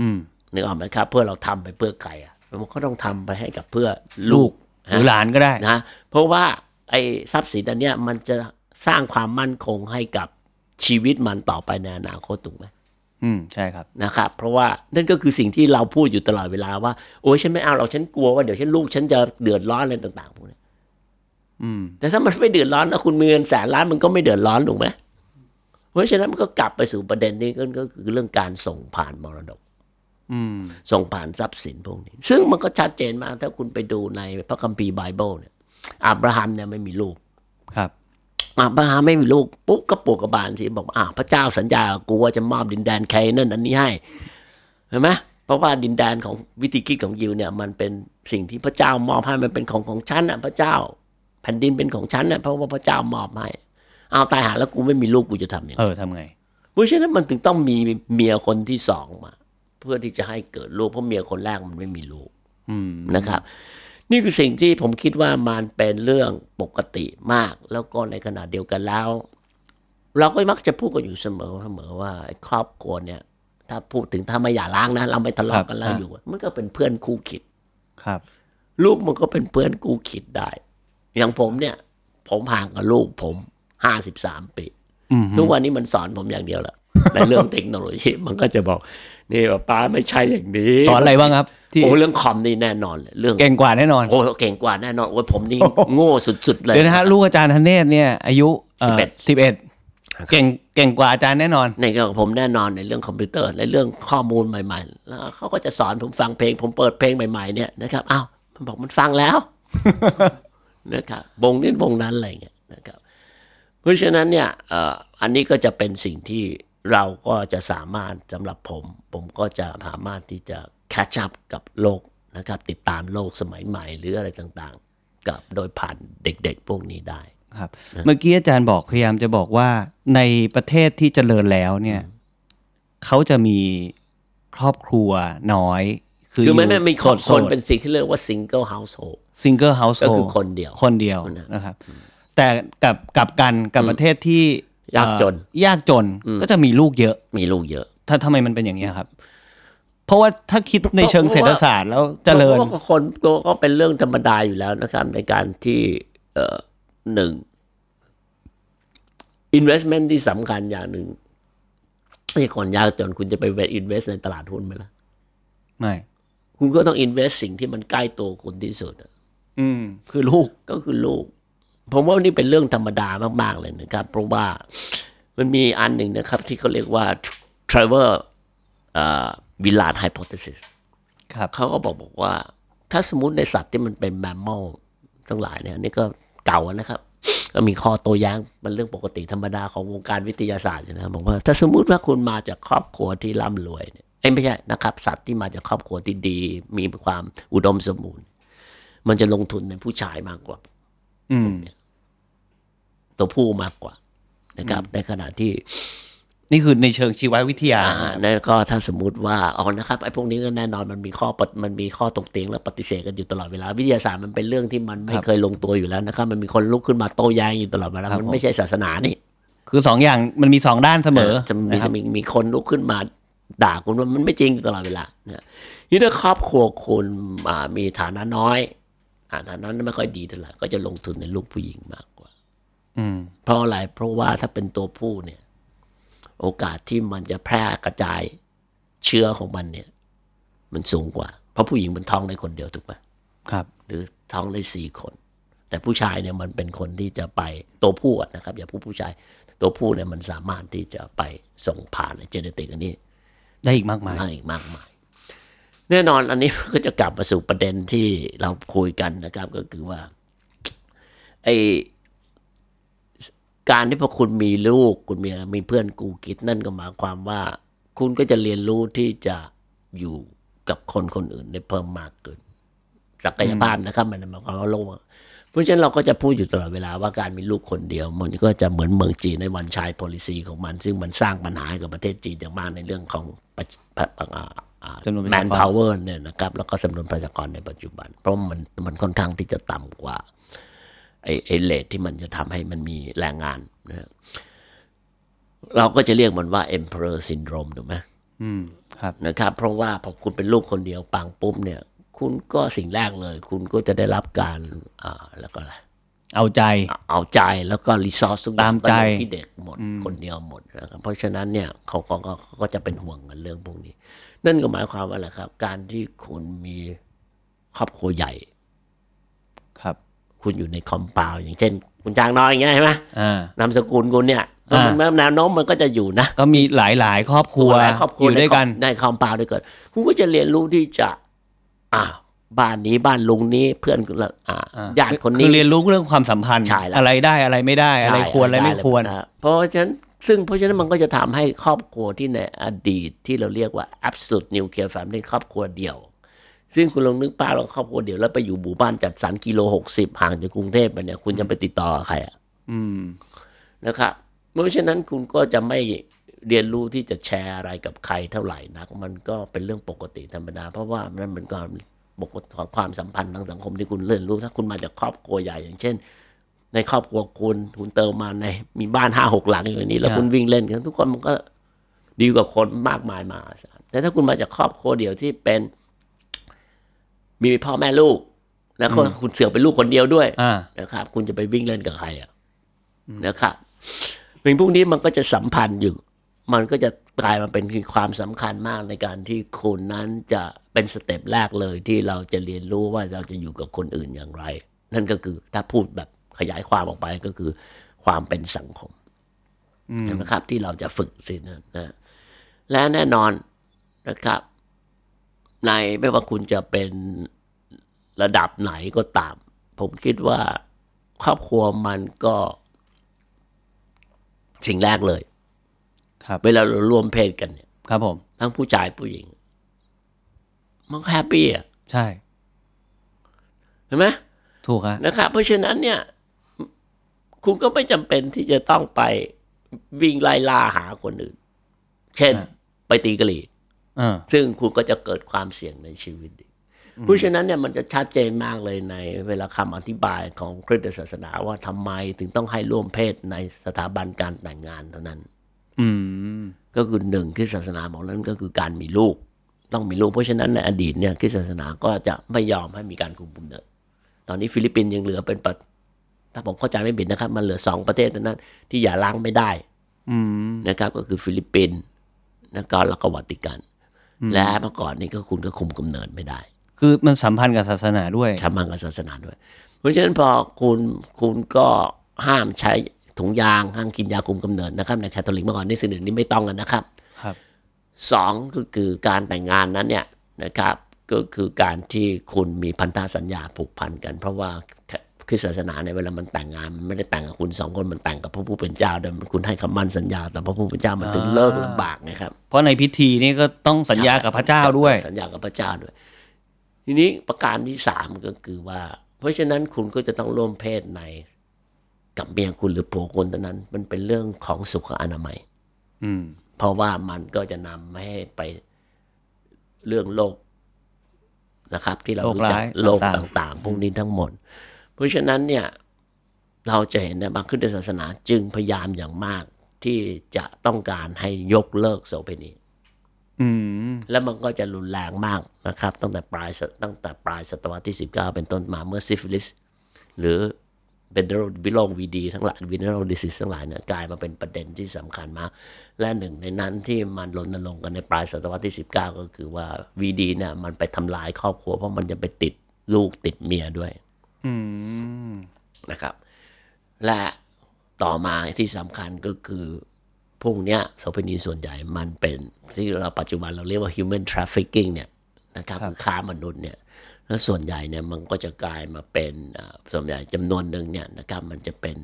B: อืม
C: นึกออกไหมครับ เพื่อเราทำไปเพื่อใครอ่ะมันก็ต้องทำไปให้กับเพื่อ
B: ลู
C: ลู
B: ก
C: ก
B: หรือหลานก็ได้
C: นะเพราะว่าไอ้ทรัพย์สินอันเนี้ยมันจะสร้างความมั่นคงให้กับชีวิตมันต่อไปในอนาคตถูกไหม
B: อืม ใช่ครับ
C: นะครับเพราะว่านั่นก็คือสิ่งที่เราพูดอยู่ตลอดเวลาว่าโอ้ยฉันไม่เอาเราฉันกลัวว่าเดี๋ยวฉันลูกฉันจะเดือดร้อนอะไรต่างๆพวกเนี้ย
B: อืม
C: แต่ถ้ามันไม่เดือดร้อนนะคุณมีเงินแสนล้านมันก็ไม่เดือดร้อนถูกไหมเพราะฉะนั้นมันก็กลับไปสู่ประเด็นนี้ก็ก็คือเรื่องการส่งผ่านมรดก
B: อืม
C: ส่งผ่านทรัพย์สินพวกนี้ ซึ่งมันก็ชัดเจนมาก ถ้าคุณไปดูในพระคัมภีร์ไบเบิลเนี่ยอับราฮัมเนี่ยไม่มีลูก
B: ครับ
C: อับราฮัมไม่มีลูกปุ๊บก็ปวกกระบาลสิบอกอ่าพระเจ้าสัญญากับกูว่าจะมอบดินแดนไคเนั่นอันนี้ให้เห็นไหมเพราะว่าดินแดนของวิธีคิดของยิวเนี่ย มันเป็นสิ่งที่พระเจ้ามอบให้มันเป็นของของฉันอ่ะพระเจ้า แผ่นดินเป็นของฉันน่ะเพราะว่าพระเจ้ามอบให้เอาตายหาแล้วกูไม่มีลูกกูจะทำยังไง
B: เออทำไง
C: เพราะฉะนั้นมันถึงต้องมีเมียคนที่สองมา เพื่อที่จะให้เกิดลูกเพราะเมียคนแรกมันไม่มีลูก
B: อืม
C: นะครับ นี่คือสิ่งที่ผมคิดว่ามันเป็นเรื่องปกติมาก แล้วก็ในขณะเดียวกันแล้ว เราก็มักจะพูดกันอยู่เสมอเสมอว่าไอ้ครอบครัวเนี่ย ถ้าพูดถึงถ้าไม่หย่าร้างนะ เราไม่ทะ
B: ครั
C: เลาะ
B: บ
C: กันแล้ว
B: อ่ะ
C: อยู่อะมันก็เป็นเพื่อนคู่คิด
B: ครับ
C: ลูกมันก็เป็นเพื่อนกูคิดได้ อย่างผมเนี่ย ผมห่างกับลูกผมห้าสิบสามปี
B: อือฮึ
C: ทุกวันนี้มันสอนผมอย่างเดียวแหละ ในเรื่องเทคโนโลยี มันก็จะบอก นี่ว่าป้าไม่ใช่อย่างนี้
B: สอนอะไรบ้างครับ ที่
C: โอ้เรื่องคอมนี่แน่นอนเลยเรื่อง
B: เก่งกว่าแน่นอน
C: โอ้เก่งกว่าแน่นอนโอ้ยผมนี่ โง่สุดๆเลย
B: เดี๋ยวนะฮะลูกอาจารย์ธเนศเนี่ย อายุสิบเอ็ดเก่งเก่งกว่าอาจารย์แน่นอน
C: ในเรื่องของผมแน่นอนในเรื่องคอมพิวเตอร์ในเรื่องข้อมูลใหม่ ๆ แล้วเขาก็จะสอนผมฟังเพลง ผมเปิดเพลงใหม่ ๆ เนี่ยนะครับอ้าวมันบอกมันฟังแล้ว นะครับวงนี้วงนั้นอะไรเงี้ยนะครับ เพราะฉะนั้นเนี่ยเอ่ออันนี้ก็จะเป็นสิ่งที่เราก็จะสามารถสำหรับผม ผมก็จะสามารถที่จะแคชชัพกับโลกนะครับ ติดตามโลกสมัยใหม่หรืออะไรต่างๆ กับโดยผ่านเด็กๆ พวกนี้ได้
B: ครับ เมื่อกี้อาจารย์บอกพยายามจะบอกว่าในประเทศที่เจริญแล้วเนี่ยเขาจะมีครอบครัวน้อย คือ
C: คือมันไม่มีคน
B: โส
C: คน
B: ด
C: เป็นสิ่งที่เรียกว่า single household
B: ซิงเกิลเฮาส์
C: ก็คือคนเดียว
B: คนเดียวนะครับ แต่กับกับกันกับประเทศที่
C: ยากจน
B: เอ่อยากจนก็จะมีลูกเยอะ
C: มีลูกเยอะ
B: ถ้าทำไมมันเป็นอย่างนี้ยครับ เพราะว่าถ้าคิดในเชิงเศรษฐศาสตร์แล้วเจริญ
C: ผมว่าคนก็ก็เป็นเรื่องธรรมดาอยู่แล้วนะครับ ในการที่เอ่อหนึ่ง investment ที่สำคัญอย่างหนึ่งที่คนยากจนคุณจะไปเวท invest ในตลาดหุ้นไหมล่ะ
B: ไม่
C: คุณก็ต้อง invest สิ่งที่มันใกล้ตัวคุณที่สุดอะ
B: อืม คือลูก
C: ก็คือลูก ผมว่านี่เป็นเรื่องธรรมดามาก ๆ เลยนะครับ เพราะว่ามันมีอันหนึ่งนะครับ ที่เขาเรียกว่า Trevor วิลาดไฮโพ t ท e ซิส
B: ครับ
C: เขาก็บอกบอกว่า ถ้าสมมติในสัตว์ที่มันเป็นแมมม a ลทั้งหลายเนี่ยอันนี่ก็เก่าแล้วนะครับ ก็มีข้อโตัวแย้งมันเรื่องปกติธรรมดาของวงการวิทยาศาสตร์อยู่นะบอกว่าถ้าสมมุติว่าคุณมาจากครอบครัวที่ร่ำรวยเนี่ยเอ้ยไม่ใช่นะครับ สัตว์ที่มาจากครอบครัวที่ดี มีความอุดมสมบูรณ์ มันจะลงทุนในผู้ชายมากกว่า
B: อืม
C: ตัวผู้มากกว่านะครับ ในขณะที่
B: นี่คือในเชิงชีววิทยา
C: อ่านั่นก็ถ้าสมมติว่าอ๋อนะครับไอ้พวกนี้ก็แน่นอนมันมีข้อปฏิมันมีข้อตกเตียงและปฏิเสธกันอยู่ตลอดเวลาวิทยาศาสตร์มันเป็นเรื่องที่มันไม่
B: ครับ
C: เคยลงตัวอยู่แล้วนะครับ มันมีคนลุกขึ้นมาโต้แย้งอยู่ตลอดเวลา
B: ครับ
C: มัน
B: ผม
C: ไม่ใช่ศาสนานี่
B: คือสองอย่างมันมีสองด้านเสมอ
C: จะมี
B: นะครั
C: จะ
B: บ
C: มีมีคนลุกขึ้นมาด่าคุณว่ามันไม่จริงตลอดเวลานะนี่ถ้าครอบครัวคุณอ่ามีฐานะน้อยอ่าฐานะไม่ค่อยดีเท่าไหร่ก็จะลงทุนในลูกผู้หญิงมากกว่า
B: อืม
C: เพราะอะไรเพราะว่าถ้าเป็นตัวผู้เนี่ย โอกาสที่มันจะแพร่กระจายเชื้อของมันเนี่ย มันสูงกว่า เพราะผู้หญิงมันท้องได้คนเดียวถูกไหม
B: ครับ
C: หรือท้องได้สี่คน แต่ผู้ชายเนี่ยมันเป็นคนที่จะไปตัวผู้อะนะครับ อย่าพูดผู้ชาย ตัวผู้เนี่ยมันสามารถที่จะไปส่งผ่านเจเนติกอันนี้
B: ได้อีกมากมาย
C: มากอีกมากมาย แน่นอนอันนี้ ก็จะกลับมาสู่ประเด็นที่เราคุยกันนะครับ ก็คือว่า ไอการที่พอคุณมีลูก คุณมีอะไรมีเพื่อนกูกิดนั่นก็หมายความว่า คุณก็จะเรียนรู้ที่จะอยู่กับคนคนอื่นได้เพิ่มมากขึ้น ศักยภาพนะครับ มันหมายความว่าโลกอะเพราะฉะนั้นเราก็จะพูดอยู่ตลอดเวลาว่าการมีลูกคนเดียว มันก็จะเหมือนเมืองจีนในวันชาย policy ของมัน ซึ่งมันสร้างปัญหาให้กับประเทศจีนอย่างมากในเรื่องของประชประอ่าอ่า
B: จำนวนประชากร
C: man power เนี่ยนะครับ แล้วก็จำนวนประชากรในปัจจุบัน เพราะมันมันค่อนข้างที่จะต่ำกว่า ไอ้ไอ้เลทที่มันจะทำให้มันมีแรงงานนะฮะเราก็จะเรียกมันว่า emperor syndrome ถูกไหม
B: อืม ครับ
C: นะครับเพราะว่าพอคุณเป็นลูกคนเดียวปังปุ๊บเนี่ย คุณก็สิ่งแรกเลย คุณก็จะได้รับการอ่าแล้วก็อะไร
B: เอาใจ
C: เอาใจแล้วก็รีซอสทุกอย่าง
B: ตาม
C: ก็
B: ใจ
C: อยู่ที่เด็กหมดคนเดียวหมดนะครับเพราะฉะนั้นเนี่ยเขาก็ก็ก็ก็จะเป็นห่วงกันเรื่องพวกนี้ นั่นก็หมายความว่าอะไรครับ การที่คุณมีครอบครัวใหญ่
B: ครับ
C: คุณอยู่ในคอมเปาอย่างเช่น คุณจางน้อยอย่างเงี้ยใช่ไหม
B: อ่า
C: นามสกุลคุณเนี่ย
B: อ่า
C: มันแนวโน้มมันก็จะอยู่นะ
B: ก็มีหลายหลายๆครอบครัว
C: หลายครอบครัว
B: อยู่ด้วยกัน
C: ในคอมเปาด้วยกันคุณก็จะเรียนรู้ที่จะอ่าบ้านนี้บ้านลุงนี้เพื่อนละอ่า
B: อ่ะ
C: ญาติคน
B: คื
C: นี้
B: อเรียนรู้เรื่องความสัมพันธ์
C: ใช่แล้ว
B: อะไรได้อะไรไม่ได้ อะไร
C: ใช่
B: ควรอะไรไม่ควร
C: นะเพราะฉะนั้นซึ่งเพราะฉะนั้นมันก็จะทำให้ครอบครัวที่ในอดีตที่เราเรียกว่า absolute nuclear family ครอบครัวเดียว ซึ่งคุณลองนึกภาพเราครอบครัวเดียวแล้วไปอยู่หมู่บ้านจัดสรรกิโลหกสิบห่างจากกรุงเทพไปเนี่ยคุณจะไปติดต่อกับใครอะ
B: อืม
C: นะครับเพราะฉะนั้นคุณก็จะไม่เรียนรู้ที่จะแชร์อะไรกับใครเท่าไหร่นัก มันก็เป็นเรื่องปกติธรรมดา เพราะว่านั่นเป็นความปกติของความสัมพันธ์ทางสังคมที่คุณเรียนรู้ ถ้าคุณมาจากครอบครัวใหญ่อย่างเช่น ในครอบครัวคุณคุณเติมมาในมีบ้านห้าหกหลังอยู่ในนี้ แล้ว
B: ครับ
C: คุณวิ่งเล่นกันทุกคนมันก็ดีกว่าคนมากมายมหาศาลแต่ถ้าคุณมาจากครอบครัวเดียวที่เป็น มีพ่อแม่ลูก แล้วก็คุณเสือกเป็นลูกคนเดียวด้วย
B: อ่า
C: นะครับคุณจะไปวิ่งเล่นกับใครอ่ะนะครับสิ่งพวกนี้มันก็จะสัมพันธ์อยู่ มันก็จะกลายมาเป็นความสำคัญมากในการที่คุณนั้นจะเป็นสเต็ปแรกเลยที่เราจะเรียนรู้ว่าเราจะอยู่กับคนอื่นอย่างไร นั่นก็คือถ้าพูดแบบขยายความออกไปก็คือความเป็นสังคมนะครับ ที่เราจะฝึกสิงนะนะและแน่นอนนะครับ ในไม่ว่าคุณจะเป็นระดับไหนก็ตาม ผมคิดว่าครอบครัวมันก็ สิ่งแรกเลย
B: ครับ
C: เวลาเราร่วมเพศกันเนี่ย
B: ครับผม
C: ทั้งผู้ชายผู้หญิง มันก็แฮปปี้อ่ะ
B: ใช่
C: เห็นไหม
B: ถูกครับ
C: นะครับเพราะฉะนั้นเนี่ย คุณก็ไม่จำเป็นที่จะต้องไปวิ่งไล่ล่าหาคนอื่น เช่น ไปตีกะหรี่
B: เออ
C: ซึ่งคุณก็จะเกิดความเสี่ยงในชีวิตอีกเพราะฉะนั้นเนี่ยมันจะชัดเจนมากเลยในเวลาคำอธิบายของคริสตศาสนาว่าทำไมถึงต้องให้ร่วมเพศในสถาบันการแต่งงานเท่านั้น
B: อืม
C: ก็คือหนึ่งคริสตศาสนาของนั้นก็คือการมีลูก ต้องมีลูก เพราะฉะนั้นในอดีตเนี่ยคริสตศาสนาก็จะไม่ยอมให้มีการคุมกำเนิด ตอนนี้ฟิลิปปินส์ยังเหลือเป็นประ ถ้าผมเข้าใจไม่ผิดนะครับ มันเหลือสองประเทศเท่านั้นที่อย่าล้างไม่ได้
B: อืม
C: นะครับก็คือฟิลิปปินส์นะครับแล้วก็วัติกัน และเมื่อก่อนนี่ก็คุณก็คุมกำเนิดไม่ได้
B: คือมันสัมพันธ์กับศาสนาด้วย
C: สามัญกับศาสนาด้วย เพราะฉะนั้นพอคุณคุณก็ห้ามใช้ถุงยางห้ามกินยาคุมกำเนิดนะครับในคาทอลิกเมื่อก่อนนี่สิ่งอื่นนี้ไม่ต้องกันนะครับ
B: ครับ
C: สองก็คือการแต่งงานนั้นเนี่ยนะครับก็คือการที่คุณมีพันธสัญญาผูกพันกัน เพราะว่าคริสตศาสนาในยเวลามันแต่งงานมันไม่ได้แต่งกับคุณสองคนมันแต่งกับพระผู้เป็นเจ้าด้วยคุณให้คำมั่นสัญญาแต่พระผู้เป็นเจ้ามันถึงเลิกลำบากนะครับ
B: เพราะในพิธีนี่ก็ต้องสัญญากับพระเจ้าด้วย
C: สัญญากับพระเจ้าด้วย ทีนี้ประการที่สามก็คือว่า เพราะฉะนั้นคุณก็จะต้องร่วมเพศในกับเมียคุณหรือผัวคุณเท่านั้น มันเป็นเรื่องของสุขอนามัย
B: อืม
C: เพราะว่ามันก็จะนำให้ไปเรื่องโรคนะครับ ที่เรา
B: โรค
C: รู้จัก
B: ร้าย
C: โรค
B: ต่าง
C: ต่างๆ พวกนี้ทั้งหมด เพราะฉะนั้นเนี่ย เราจะเห็นนะบางคริสตศาสนาจึงพยายามอย่างมากที่จะต้องการให้ยกเลิกโสเภณี
B: อืม
C: แล้วมันก็จะรุนแรงมากนะครับ ตั้งแต่ปลายศตตั้งแต่ปลายศตวรรษที่ 19 เป็นต้นมาเมื่อซิฟิลิส หรือเป็นโรควิโรควีดีทั้งหลายวิโรคดิซิสทั้งหลายเนี่ยกลายมาเป็นประเด็นที่สำคัญมาก และหนึ่งในนั้นที่มันรณรงค์กันในปลายศตวรรษที่ 19 ก็คือว่าวีดีเนี่ยมันไปทำลายครอบครัว เพราะมันจะไปติดลูกติดเมียด้วย
B: อืม
C: นะครับ และต่อมาที่สำคัญก็คือ พวกเนี้ยโสเภณีส่วนใหญ่มันเป็นที่เราปัจจุบันเราเรียกว่า human trafficking เนี่ยนะครับคือค้ามนุษย์เนี่ยแล้วส่วนใหญ่เนี่ยมันก็จะกลายมาเป็นเอ่อส่วนใหญ่จำนวนหนึ่งเนี่ยนะครับมันจะเป็น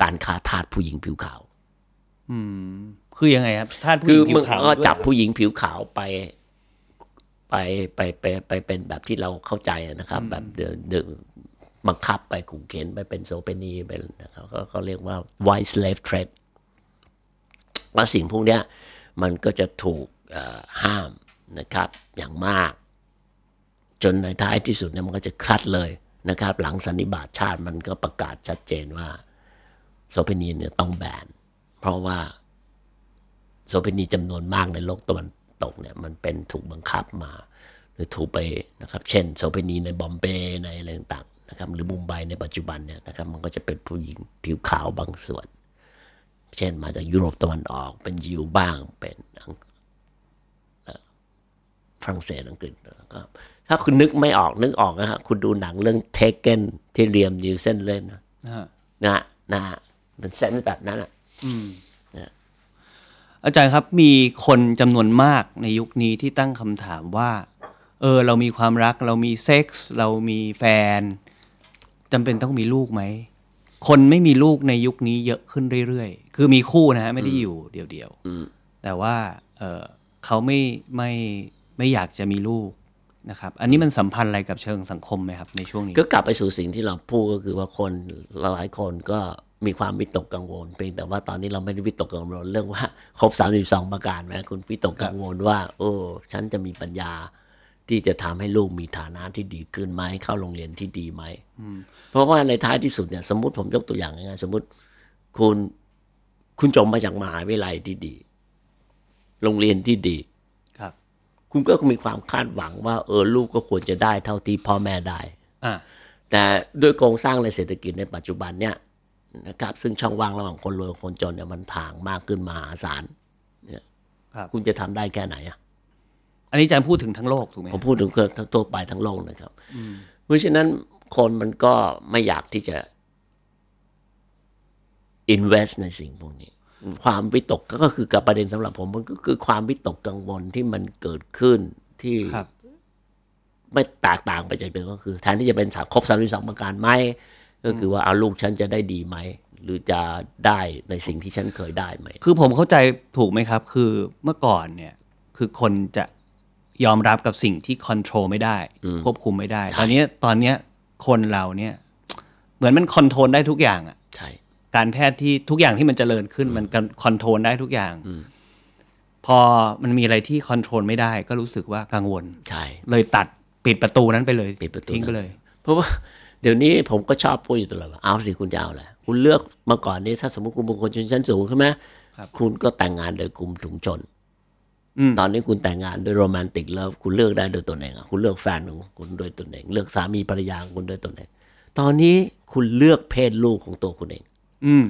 C: การค้าทาสผู้หญิงผิวขาว
B: อืม คือยังไงครับท่านผู้ห
C: คือ
B: ญิงผิ
C: มึ
B: ว
C: ง
B: ขาว
C: ก็
B: ด้วย
C: จับผู้หญิงผิวขาวไป ไปไปไปไปเป็นแบบที่เราเข้าใจอะนะครับ แบบเดินเดินบังคับไปขู่เข็นไปเป็นโสเภณีไปนะครับก็เขาเรียกว่า white slave trade แล้วสิ่งพวกเนี้ยมันก็จะถูกเอ่อห้ามนะครับอย่างมาก จนในท้ายที่สุดเนี่ยมันก็จะคลัดเลยนะครับ หลังสันนิบาตชาติมันก็ประกาศชัดเจนว่าโสเภณีเนี่ยต้องแบน เพราะว่า โสเภณีจำนวนมากในโลกตะวันตกเนี่ยมันเป็นถูกบังคับมา หรือถูกไปนะครับเช่นโสเภณีในบอมเบย์ในอะไรต่างๆนะครับหรือมุมไบในปัจจุบันเนี่ยนะครับมันก็จะเป็นผู้หญิงผิวขาวบางส่วน เช่นมาจากยุโรปตะวันออก เป็นยิวบ้างเป็นอังเอ่อฝรั่งเศสอังกฤษนะครับถ้าคุณนึกไม่ออกนึกออกนะฮะคุณดูหนังเรื่องเทเกนที่เรียมนิวเซนเล่นนะ
B: ฮะ
C: นะฮะนะฮะเป็นเซนส์แบบนั้นอะ
B: อาจารย์ครับมีคนจำนวนมากในยุคนี้ที่ตั้งคำถามว่า เออ เรามีความรักเรามีเซ็กส์เรามีแฟนจำเป็นต้องมีลูกไหม คนไม่มีลูกในยุคนี้เยอะขึ้นเรื่อยๆ คือมีคู่นะฮะไม่ได้อยู่เดียวๆแต่ว่า เออเขาไม่ไม่ไม่อยากจะมีลูกนะครับ อันนี้มันสัมพันธ์อะไรกับเชิงสังคมไหมครับ ในช่วงนี้
C: ก็กลับไปสู่สิ่งที่เราพูดก็คือว่าคนหลายคนก็มีความวิตกกังวลเพียงแต่ว่าตอนนี้เราไม่ได้วิตกกังวลเรื่องว่าครบ32ประการไหมคุณวิตกกังวลว่า โอ้ฉันจะมีปัญญาที่จะทำให้ลูกมีฐานะที่ดีขึ้นไหมเข้าโรงเรียนที่ดีไหมเพราะว่าในท้ายที่สุดเนี่ยสมมติผมยกตัวอย่างง่ายๆสมมติคุณคุณจบมาจากมหาวิทยาลัยที่ดี โรงเรียนที่ดี
B: ครับ
C: คุณก็มีความคาดหวังว่า เออลูกก็ควรจะได้เท่าที่พ่อแม่ได้
B: อ่ะ
C: แต่ด้วยโครงสร้างในเศรษฐกิจในปัจจุบันเนี่ยนะครับซึ่งช่องว่างระหว่างคนรวยกับคนจนเนี่ยมันถ่างมากขึ้นมหาศาลเนี่ย
B: ครับ
C: คุณจะทำได้แค่ไหนอะ
B: อันนี้อาจารย์พูดถึงทั้งโลกถูกไหม
C: ผ
B: ครั
C: ม
B: บ
C: พูดถึงคือทั้งทั่วไปทั้งโลกนะครับ เพราะฉะนั้นคนมันก็ไม่อยากที่จะ invest ในสิ่งพวกนี้ ความวิตกก็คือกับประเด็นสำหรับผมมันก็คือความวิตกกังวลที่มันเกิดขึ้นที่
B: ครับ
C: ไม่แตกต่างไปจากเดิมก็คือแทนที่จะเป็นสามครบสามสิบสองประการไหมก็คือว่าเอาลูกฉันจะได้ดีไหม หรือจะได้ในสิ่งที่ฉันเคยได้ไหม
B: คือผมเข้าใจถูกไหมครับ คือเมื่อก่อนเนี่ยคือคนจะยอมรับกับสิ่งที่ค o n t r o l ไม่ได้ ควบคุมไม่ได้ต
C: ใช่
B: อนเนี้ยตอนเนี้ยคนเราเนี่ยเหมือนมันค o n t r o l ได้ทุกอย่างอะ
C: ใช่
B: การแพทย์ที่ทุกอย่างที่มันเจริญขึ้นมันคอนโทรลได้ทุกอย่าง พอมันมีอะไรที่ค o n t r o l ไม่ได้ ก็รู้สึกว่ากังวล
C: ใช่
B: เลยตัดปิดประตูนั้นไปเลย
C: ปิดประตู
B: ทิ้งไปเลย
C: เพราะว่า เดี๋ยวนี้ผมก็ชอบพูดอยู่ตลอดว่าเอาสิคุณจะเอาอะไรคุณเลือกมาก่อนนี้ถ้าสมมติคุณเป็นคนชนชั้นสูงใช่ไหม
B: ครับ
C: คุณก็แต่งงานโดยกลุ่มถุงชน
B: อืม
C: ตอนนี้คุณแต่งงานโดยโรแมนติกแล้วคุณเลือกได้โดยตนเองอะคุณเลือกแฟนของคุณโดยตนเอง เลือกสามีภรรยาของคุณโดยตนเอง ตอนนี้คุณเลือกเพศลูกของตัวคุณเอง
B: อืม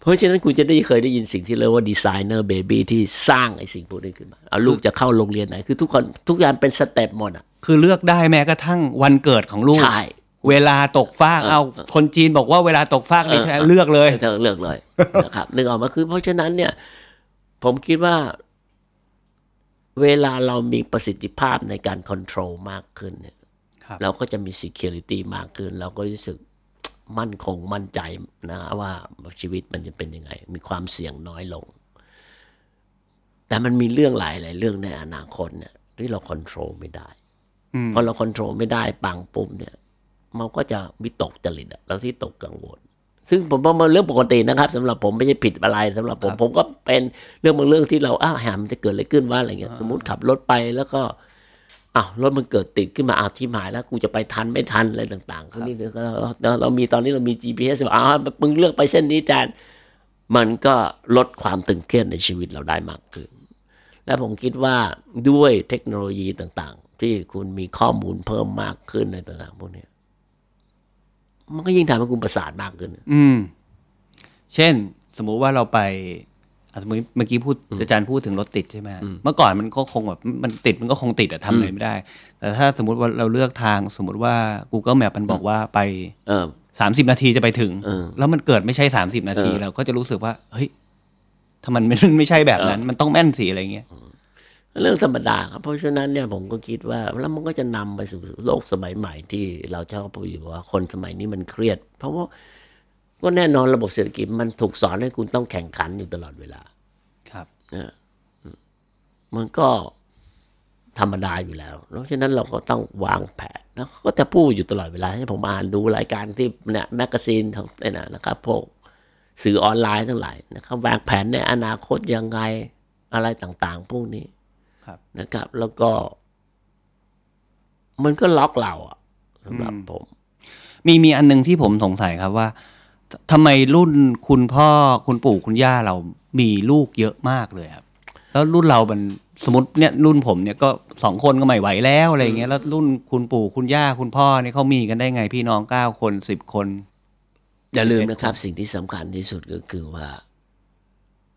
C: เพราะฉะนั้นคุณจะได้เคยได้ยินสิ่งที่เรียกว่าดีไซเนอร์เบบี้ที่สร้างไอ้สิ่งพวกนี้ขึ้นมาเอาลูกจะเข้าโรงเรียนไหนคือทุกคนทุกอย่างเป็นสเต็ปหมดอ่ะ
B: คือเลือกได้แม้กระทั่งวันเกิดของลูก
C: ใช่
B: เวลาตกฟากเอาคนจีนบอกว่าเวลาตกฟากนี่ใช่ไหมเลือกเลย
C: เธอเลือก เลย นะครับนึกออกมาคือ เพราะฉะนั้นเนี่ย ผมคิดว่า เวลาเรามีประสิทธิภาพในการควบคุมมากขึ้นเนี่ย
B: ครับ
C: เราก็จะมี security มากขึ้น เราก็รู้สึก มั่นคงมั่นใจนะว่าชีวิตมันจะเป็นยังไง มีความเสี่ยงน้อยลง แต่มันมีเรื่องหลายหลายเรื่องในอนาคตเนี่ยที่เราควบคุมไม่ได้พอเราควบคุมไม่ได้ปังปุ๊บเนี่ย มันก็จะวิตกจริตอะแล้วที่ตกกังวล ซึ่งผมว่ามันเรื่องปกตินะครับสำหรับผมไม่ใช่ผิดอะไรสำหรับผมผมก็เป็นเรื่องบางเรื่องที่เราอ้าวแหมมันจะเกิดอะไรขึ้นว่าอะไรเงี้ยสมมติขับรถไปแล้วก็อ้าวรถมันเกิดติดขึ้นมาอ้าวที่หมายแล้ว กูจะไปทันไม่ทันอะไรต่างๆพวกนี้เดี๋ยวก็เราเรามีตอนนี้เรามี GPS บอกอ้าวมึงเลือกไปเส้นนี้จานมันก็ลดความตึงเครียดในชีวิตเราได้มากขึ้น และผมคิดว่าด้วยเทคโนโลยีต่างๆ ที่คุณมีข้อมูลเพิ่มมากขึ้นในต่างๆพวกเนี้ย มันก็ยิ่งทำให้คุณประสาทมากขึ้น
B: อืม เช่น สมมุติว่าเราไปอ่ะสมมติเมื่อกี้พูดอาจารย์พูดถึงรถติดใช่ไหมฮะเมื่อก่อนมันก็คงแบบมันติดมันก็คงติดแต่ทำอะไรไม่ได้ แต่ถ้าสมมุติว่าเราเลือกทางสมมุติว่า Google Map มันบอกว่าไป
C: เออ
B: 30 นาทีจะไปถึง
C: เออ
B: แล้วมันเกิดไม่ใช่ 30 นาที
C: เออ
B: เราก็จะรู้สึกว่า เฮ้ยถ้ามันไม่ไม่ใช่แบบนั้น มันต้องแม่นสีอะไรเงี้ย
C: เรื่องธรรมดาครับ เพราะฉะนั้นเนี่ยผมก็คิดว่า แล้วมันก็จะนำไปสู่โลกสมัยใหม่ที่เราชอบพูดอยู่ว่าคนสมัยนี้มันเครียด เพราะว่าก็แน่นอนระบบเศรษฐกิจมันถูกสอนให้คุณต้องแข่งขันอยู่ตลอดเวลา
B: ครับ
C: มันก็ธรรมดาอยู่แล้ว เพราะฉะนั้นเราก็ต้องวางแผน แล้วเขาก็จะพูดอยู่ตลอดเวลา ให้ผมอ่านดูรายการที่เนี่ยแมกกาซีนทั้งเนี่ยนะครับพวกสื่อออนไลน์ทั้งหลายนะครับวางแผนในอนาคตยังไงอะไรต่างๆ พวกนี้
B: ครับ
C: นะครับ แล้วก็ มันก็ล็อกเราอะสำหรับผม
B: มีมีอันหนึงที่ผมสงสัยครับว่าททำไมรุ่นคุณพ่อคุณปู่คุณย่าเรามีลูกเยอะมากเลยครับ แล้วรุ่นเรามันสมมติเนี่ยรุ่นผมเนี่ยก็สองคนก็ไม่ไหวแล้วอะไรเงี้ยแล้วรุ่นคุณปู่คุณย่าคุณพ่อเนี่ยเขามีกันได้ไงพี่น้องเก้าคนสิบคน
C: อย่าลืมนะครับ สิ่งที่สำคัญที่สุดก็คือว่า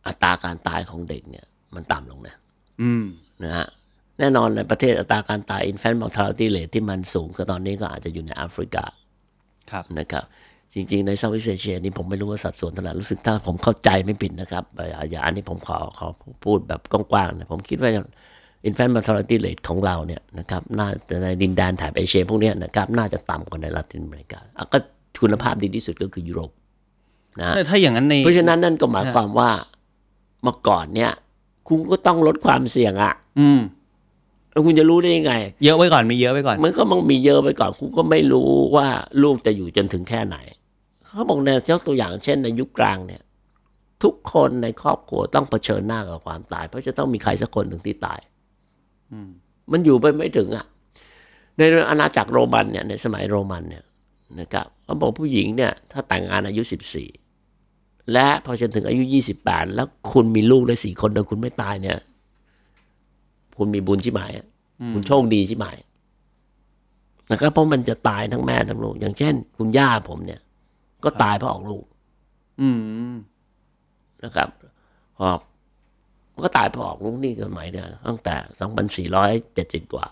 C: อัตราการตายของเด็กเนี่ย มันต่ำลงนะ
B: อืม
C: นะฮะแน่นอนในประเทศอัตราการตาย infant mortality rate ที่มันสูงก็ตอนนี้ก็อาจจะอยู่ในแอฟริกา
B: ครับ
C: นะครับจริงๆ ในเซาท์อีสเอเชียนี่ผมไม่รู้ว่าสัดส่วนเท่าไหร่รู้สึกถ้าผมเข้าใจไม่ผิดนะครับอย่าอย่าอันนี้ผมขอขอพูดแบบกว้างๆนะผมคิดว่า infant mortality rate ของเราเนี่ยนะครับน่าจะในดินแดนแถบเอเชียพวกเนี้ยนะครับน่าจะต่ำกว่าในลาตินอเมริกาอ่ะก็คุณภาพดีที่สุดก็คือยุโรปนะฮะ
B: แต่ถ้าอย่างนั้นใน
C: เพราะฉะนั้นนั่นก็หมายความว่าเมื่อก่อนเนี่ย คุณก็ต้องลดความเสี่ยงอะ
B: อืม
C: แล้วคุณจะรู้ได้ยังไง
B: เยอะไว้ก่อนมีเยอะไว้ก่อน
C: มันก็มันมีเยอะไปก่อน คุณก็ไม่รู้ว่าลูกจะอยู่จนถึงแค่ไหน เขาบอกในยกตัวอย่างเช่นในยุคกลางเนี่ย ทุกคนในครอบครัวต้องเผชิญหน้ากับความตาย เพราะจะต้องมีใครสักคนหนึ่งที่ตาย มันอยู่ไปไม่ถึงอะ่ะ ในอาณาจักรโรมันเนี่ยในสมัยโรมันเนี่ยนะครับเขาบอกผู้หญิงเนี่ย ถ้าแต่งงานอายุสิบสี่และพอจนถึงอายุยี่สิบแปดแล้วคุณมีลูกได้สี่คนโดยคุณไม่ตายเนี่ย คุณมีบุญใช่ไหมอะคุณโชคดีใช่ไหม นะครับเพราะมันจะตายทั้งแม่ทั้งลูก อย่างเช่น คุณย่าผมเนี่ย ก็ตายเพราะออกลูก
B: อืม
C: นะครับออกก็ตายเพราะออกลูกนี่กันหมายเนี่ยตั้งแต่สองพันสี่ร้อยเจ็ดสิบกว่า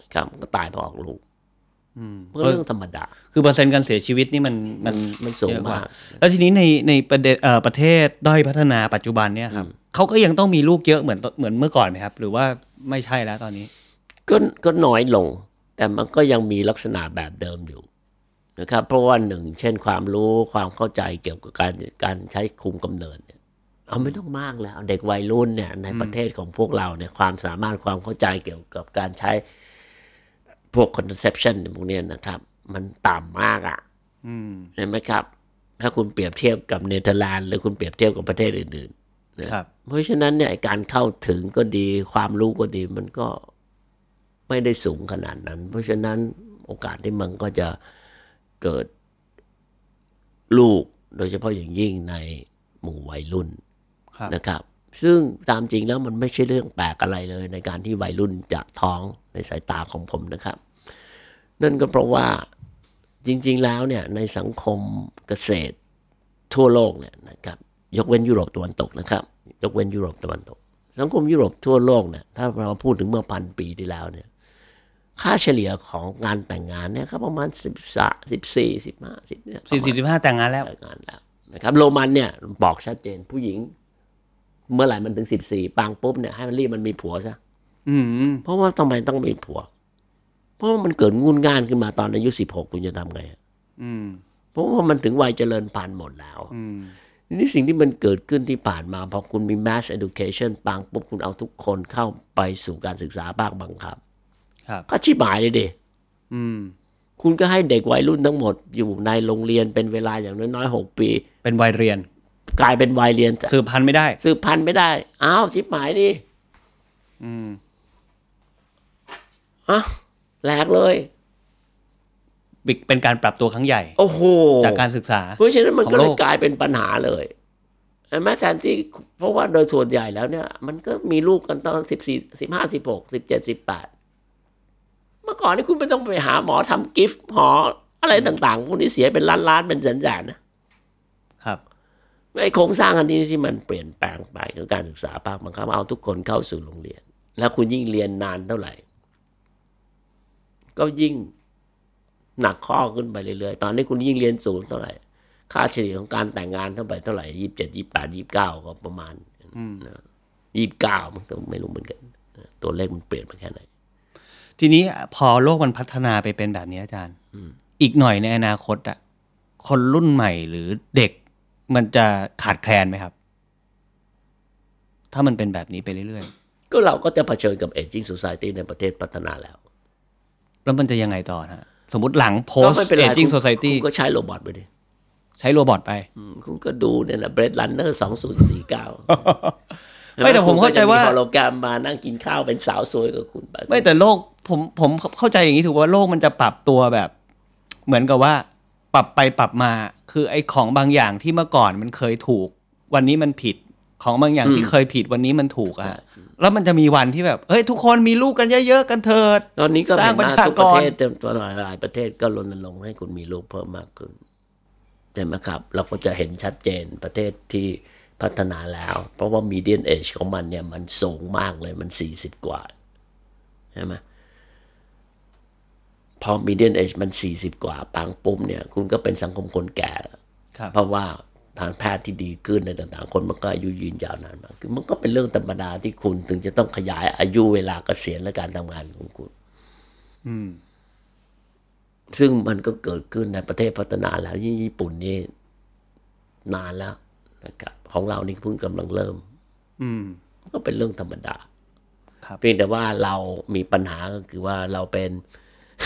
C: นะครับก็ตายเพราะออกลูกมันก็เรื่องธรรมดา
B: คือเปอร์เซ็นต์การเสียชีวิตนี่มันมัน
C: มันสูง
B: เยอะว่
C: มาก
B: แล้วทีนี้ในในประเด็นเอ่อประเทศด้อยพัฒนาปัจจุบันเนี่ยครับเขาก็ยังต้องมีลูกเยอะเหมือนเหมือนเมื่อก่อนไหมครับ หรือว่าไม่ใช่แล้วตอนนี้
C: ก็ก็น้อยลง แต่มันก็ยังมีลักษณะแบบเดิมอยู่นะครับ เพราะว่าหนึ่งเช่นความรู้ความเข้าใจเกี่ยวกับการการใช้คุมกำเนิดเนี่ยเอาไม่ต้องมากแล้วเอาเด็กวัยรุ่นเนี่ยในประเทศของพวกเราเนี่ยความสามารถความเข้าใจเกี่ยวกับการใช้พวก contraception พวกเนี้ยนะครับ มันต่ำมากอ่ะ
B: อืม
C: เห็นไหมครับ ถ้าคุณเปรียบเทียบกับเนเธอร์แลนด์หรือคุณเปรียบเทียบกับประเทศอื่นๆนะครับ เพราะฉะนั้นเนี่ยการเข้าถึงก็ดีความรู้ก็ดีมันก็ไม่ได้สูงขนาดนั้น เพราะฉะนั้นโอกาสที่มันก็จะเกิดลูกโดยเฉพาะอย่างยิ่งในหมู่วัยรุ่น
B: ครับ
C: นะครับ ซึ่งตามจริงแล้วมันไม่ใช่เรื่องแปลกอะไรเลย ในการที่วัยรุ่นจะท้องในสายตาของผมนะครับ นั่นก็เพราะว่าจริง ๆ แล้วเนี่ยในสังคมเกษตรทั่วโลกเนี่ยนะครับยกเว้นยุโรปตะวันตกนะครับ ยกเว้นยุโรปตะวันตก สังคมยุโรปทั่วโลกเนี่ยถ้าเราพูดถึงเมื่อพันปีที่แล้วเนี่ยค่าเฉลี่ยของงานแต่งงานเนี่ยก็ประมาณสิบสามสิบสี่สิบห้าสิบเนี่ย
B: สี่สิบสิบห้าแต่งงานแล้ว
C: แต่งงานแล้วนะครับโรมันเนี่ยบอกชัดเจนผู้หญิง เมื่อไหร่มันถึงสิบสี่ปังปุ๊บเนี่ยให้มันรีบมันมีผัวซะ
B: อืม
C: เพราะว่าทำไมต้องมีผัว เพราะว่ามันเกิดงุนง่านขึ้นมาตอนอายุสิบหกคุณจะทำไงอะ
B: อืม
C: เพราะว่ามันถึงวัยเจริญพันธุ์หมดแล้ว
B: อืม
C: ทีนี่สิ่งที่มันเกิดขึ้นที่ผ่านมาพอคุณมี mass education ปังปุ๊บคุณเอาทุกคนเข้าไปสู่การศึกษาภาคบังคับ
B: ครับ
C: ก็ชิบหายเลยดิ
B: อืม
C: คุณก็ให้เด็กวัยรุ่นทั้งหมดอยู่ในโรงเรียนเป็นเวลาอย่างน้อยๆหกปี
B: เป็นวัยเรียน
C: กลายเป็นวัยเรียน
B: สืบพันธุ์ไม่ได้
C: สืบพันธุ์ไม่ได้ อ้าวชิบหายดิ
B: อืม
C: อ้าวแหลกเลย
B: big เป็นการปรับตัวครั้งใหญ่
C: โอ้โห
B: จากการศึกษา
C: เพราะฉะนั้นมัน
B: ของ
C: ก็เลย
B: โลก
C: กลายเป็นปัญหาเลยเห็นไหมแทนที่เพราะว่าโดยส่วนใหญ่แล้วเนี่ย มันก็มีลูกกันตอนสิบสี่สิบห้าสิบหกสิบเจ็ดสิบแปดเมื่อก่อนนี่คุณไม่ต้องไปหาหมอทำกิฟต์หมออะไรต่างๆพวกนี้เสียเป็นล้านล้านๆเป็นแสนแสนๆนะครับ ไอ้โครงสร้างอันนี้ที่มันเปลี่ยนแปลงไปคือการศึกษาภาคบังคับเอาทุกคนเข้าสู่โรงเรียน แล้วคุณยิ่งเรียนนานเท่าไหร่ ก็ยิ่งหนักข้อขึ้นไปเรื่อยๆ ตอนนี้คุณยิ่งเรียนสูงเท่าไหร่ ค่าเฉลี่ยของการแต่งงานเท่าไหร่เท่าไหร่ยี่สิบเจ็ดยี่แปดยี่เก้าก็ประมาณยี่เก้ามันก็ไม่รู้เหมือนกัน ตัวเลขมันเปลี่ยนมาแค่ไหน
B: ทีนี้พอโลกมันพัฒนาไปเป็นแบบนี้อาจารย์อีกหน่อยในอนาคตอะคนรุ่นใหม่หรือเด็กมันจะขาดแคลนไหมครับ ถ้ามันเป็นแบบนี้ไปเรื่อย
C: ก็เราก็จะเผชิญกับเอจิ้งสุสายตี้ในประเทศพัฒนาแล้ว
B: ๆ แล้วมันจะยังไงต่อฮะ สมมติหลังโพ
C: ก็
B: ส
C: ไม่เป็นไร
B: เอจิ้ง
C: คุณ
B: โซซ i ตี้
C: คุณก็ใช้โรบอทไปดิ
B: ใช้โรบอทไป
C: อืมคุณก็ดูเนี่ยนะเบรดลันเนอร์สองศูนย์สี่เก้า
B: ไม่แต่ผมเข้าใจว่า
C: โปรแกรมมานั่งกินข้าวเป็นสาวสวยกับคุณไป
B: ไม่แต่โลกผมผมเข้าใจอย่างนี้ถูกว่าโลกมันจะปรับตัวแบบ เหมือนกับว่า ปรับไปปรับมา คือไอ้ของบางอย่างที่เมื่อก่อนมันเคยถูก วันนี้มันผิดของบางอย่างที่เคยผิดวันนี้มันถูกอะฮะแล้วมันจะมีวันที่แบบเฮ้ยทุกคนมีลูกกันเยอะๆกันเถิด
C: ตอนนี้ก็
B: สร้าง
C: เห็
B: ประ
C: นว่
B: ชากร
C: ทุกประเทศเต็มตัวหลายๆประเทศก็รณรงค์ให้คุณมีลูกเพิ่มมากขึ้นใช่ไหมครับ เราก็จะเห็นชัดเจนประเทศที่พัฒนาแล้ว เพราะว่ามีเดียนเอจของมันเนี่ยมันสูงมากเลยมันสี่สิบกว่าใช่ไหมพอมีเดียนเอจมันสี่สิบกว่าปังปุ๊บเนี่ย คุณก็เป็นสังคมคนแก่แล้ว
B: ครับ
C: เพราะว่าทางแพทย์ที่ดีขึ้นในต่างๆ คนมันก็อายุยืนยาวนานมากขึ้นมันก็เป็นเรื่องธรรมดาที่คุณถึงจะต้องขยายอายุเวลาเกษียณและการทำงานของคุณ ซึ่งมันก็เกิดขึ้นในประเทศพัฒนาแล้วยิ่งญี่ปุ่นนี่นานแล้วนะครับของเรานี่เพิ่งกำลังเริ่ม
B: อืม
C: ก็เป็นเรื่องธรรมดา
B: ครับ
C: เพียงแต่ว่าเรามีปัญหาก็คือว่าเราเป็น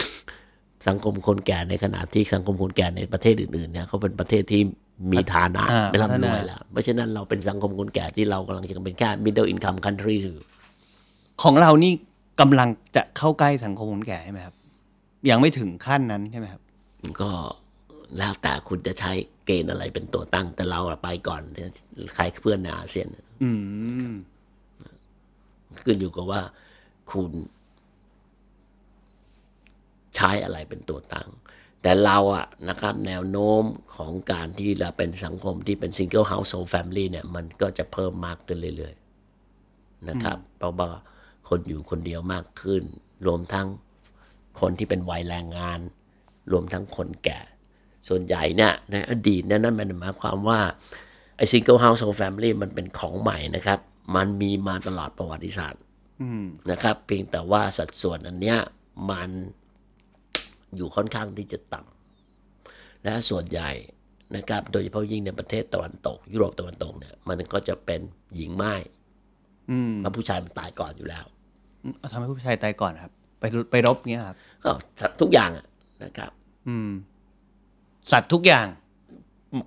C: สังคมคนแก่ในขณะที่สังคมคนแก่ในประเทศอื่นๆเนี่ยเขาเป็นประเทศที่มีฐานะ
B: อ่า
C: ไม่
B: พัฒ
C: ร่ำร
B: นา
C: วยแล้วเพราะฉะนั้นเราเป็นสังคมคนแก่ที่เรากำลังจะเป็นแค่ middle income country อยู่
B: ของเรานี่กำลังจะเข้าใกล้สังคมคนแก่ใช่ไหมครับ ยังไม่ถึงขั้นนั้นใช่ไหมครับ
C: ก็แล้วแต่คุณจะใช้เกณฑ์อะไรเป็นตัวตั้ง แต่เราอะไปก่อนใครเพื่อนในอาเซียน
B: อืม
C: ขึ้นอยู่กับว่าคุณใช้อะไรเป็นตัวตั้ง แต่เราอะนะครับแนวโน้มของการที่เราเป็นสังคมที่เป็น Single Household Family เนี่ยมันก็จะเพิ่มมากขึ้นเรื่อยๆนะครับ เพราะว่าคนอยู่คนเดียวมากขึ้น รวมทั้งคนที่เป็นวัยแรงงาน รวมทั้งคนแก่ ส่วนใหญ่เนี่ยในอดีตเนยนั่นมันหมายความว่าไอ้ Single Household Family มันเป็นของใหม่นะครับ มันมีมาตลอดประวัติศาสตร์
B: อืม
C: นะครับเพียงแต่ว่าสัดส่วนอันเนี้ยมันอยู่ค่อนข้างที่จะต่ำและส่วนใหญ่นะครับโดยเฉพาะยิ่งในประเทศตะวันตก ยุโรปตะวันตกเนี่ยมันก็จะเป็นหญิงไม้
B: อืม
C: แล้วผู้ชายมันตายก่อนอยู่แล้ว
B: เอาทำให้ผู้ชายตายก่อนครับ ไปรไปรบเงี้ยครับ
C: ก็ทุกอย่างอะนะครับ
B: อืม สัตว์ทุกอย่าง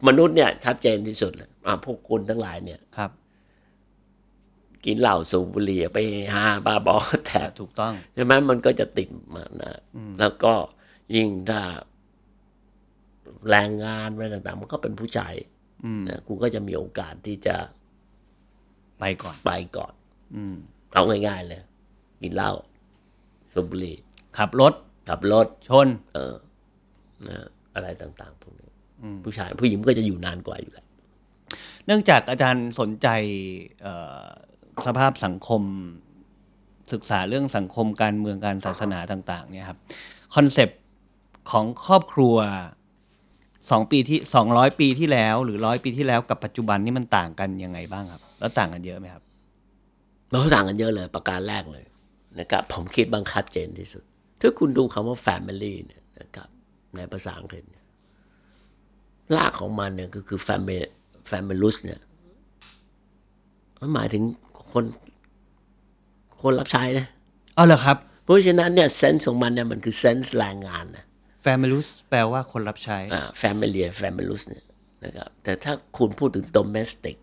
C: มนุษย์เนี่ยชัดเจนที่สุดเลยอ่ะพวกคุณทั้งหลายเนี่ย
B: ครับ
C: กินเหล้าสูบบุหรี่ไปหาบ้าบอแถบ
B: ถูกต้อง
C: ใช่ไหมมันก็จะติดมานะแล้วก็ยิ่งถ้าแรงงานอะไรต่างๆ มันก็เป็นผู้ชาย
B: อืม
C: นะกูก็จะมีโอกาสที่จะ
B: ไปก่อน
C: ไปก่อน
B: อืม
C: เอาง่ายๆเลย กินเหล้าสูบบุหรี่
B: ขับรถ
C: ขับรถ
B: ชน
C: เออนะฮะอะไรต่าง ๆ พวกนี้ผู้ชายผู้หญิงมันก็จะอยู่นานกว่าอยู่แล้ว
B: เนื่องจากอาจารย์สนใจเอ่อสภาพสังคม ศึกษาเรื่องสังคมการเมืองการศาสนาต่าง ๆ เนี่ยครับคอนเซปต์ของครอบครัวสองปีที่สองร้อยปีที่แล้ว หรือร้อยปีที่แล้วกับปัจจุบันนี่มันต่างกันยังไงบ้างครับ แล้วต่างกันเยอะไหมครับ
C: เราต่างกันเยอะเลย ประการแรกเลยนะครับ ผมคิดบังคับเจนที่สุด ถ้าคุณดูคำว่า family เนี่ยนะครับ ในภาษาอังกฤษเนี่ยรากของมันเนี่ยก็คือ family familus เนี่ยมันหมายถึงคนคนรับใช้นะ
B: เอาเหรอครับ
C: เพราะฉะนั้นเนี่ยเซนส์ของมันเนี่ยมันคือเซนส์แรงงานนะ
B: f a m i l u s แปลว่าคนรับใช้
C: อ่า familiar familus เนี่ยนะครับแต่ถ้าคุณพูดถึง domestic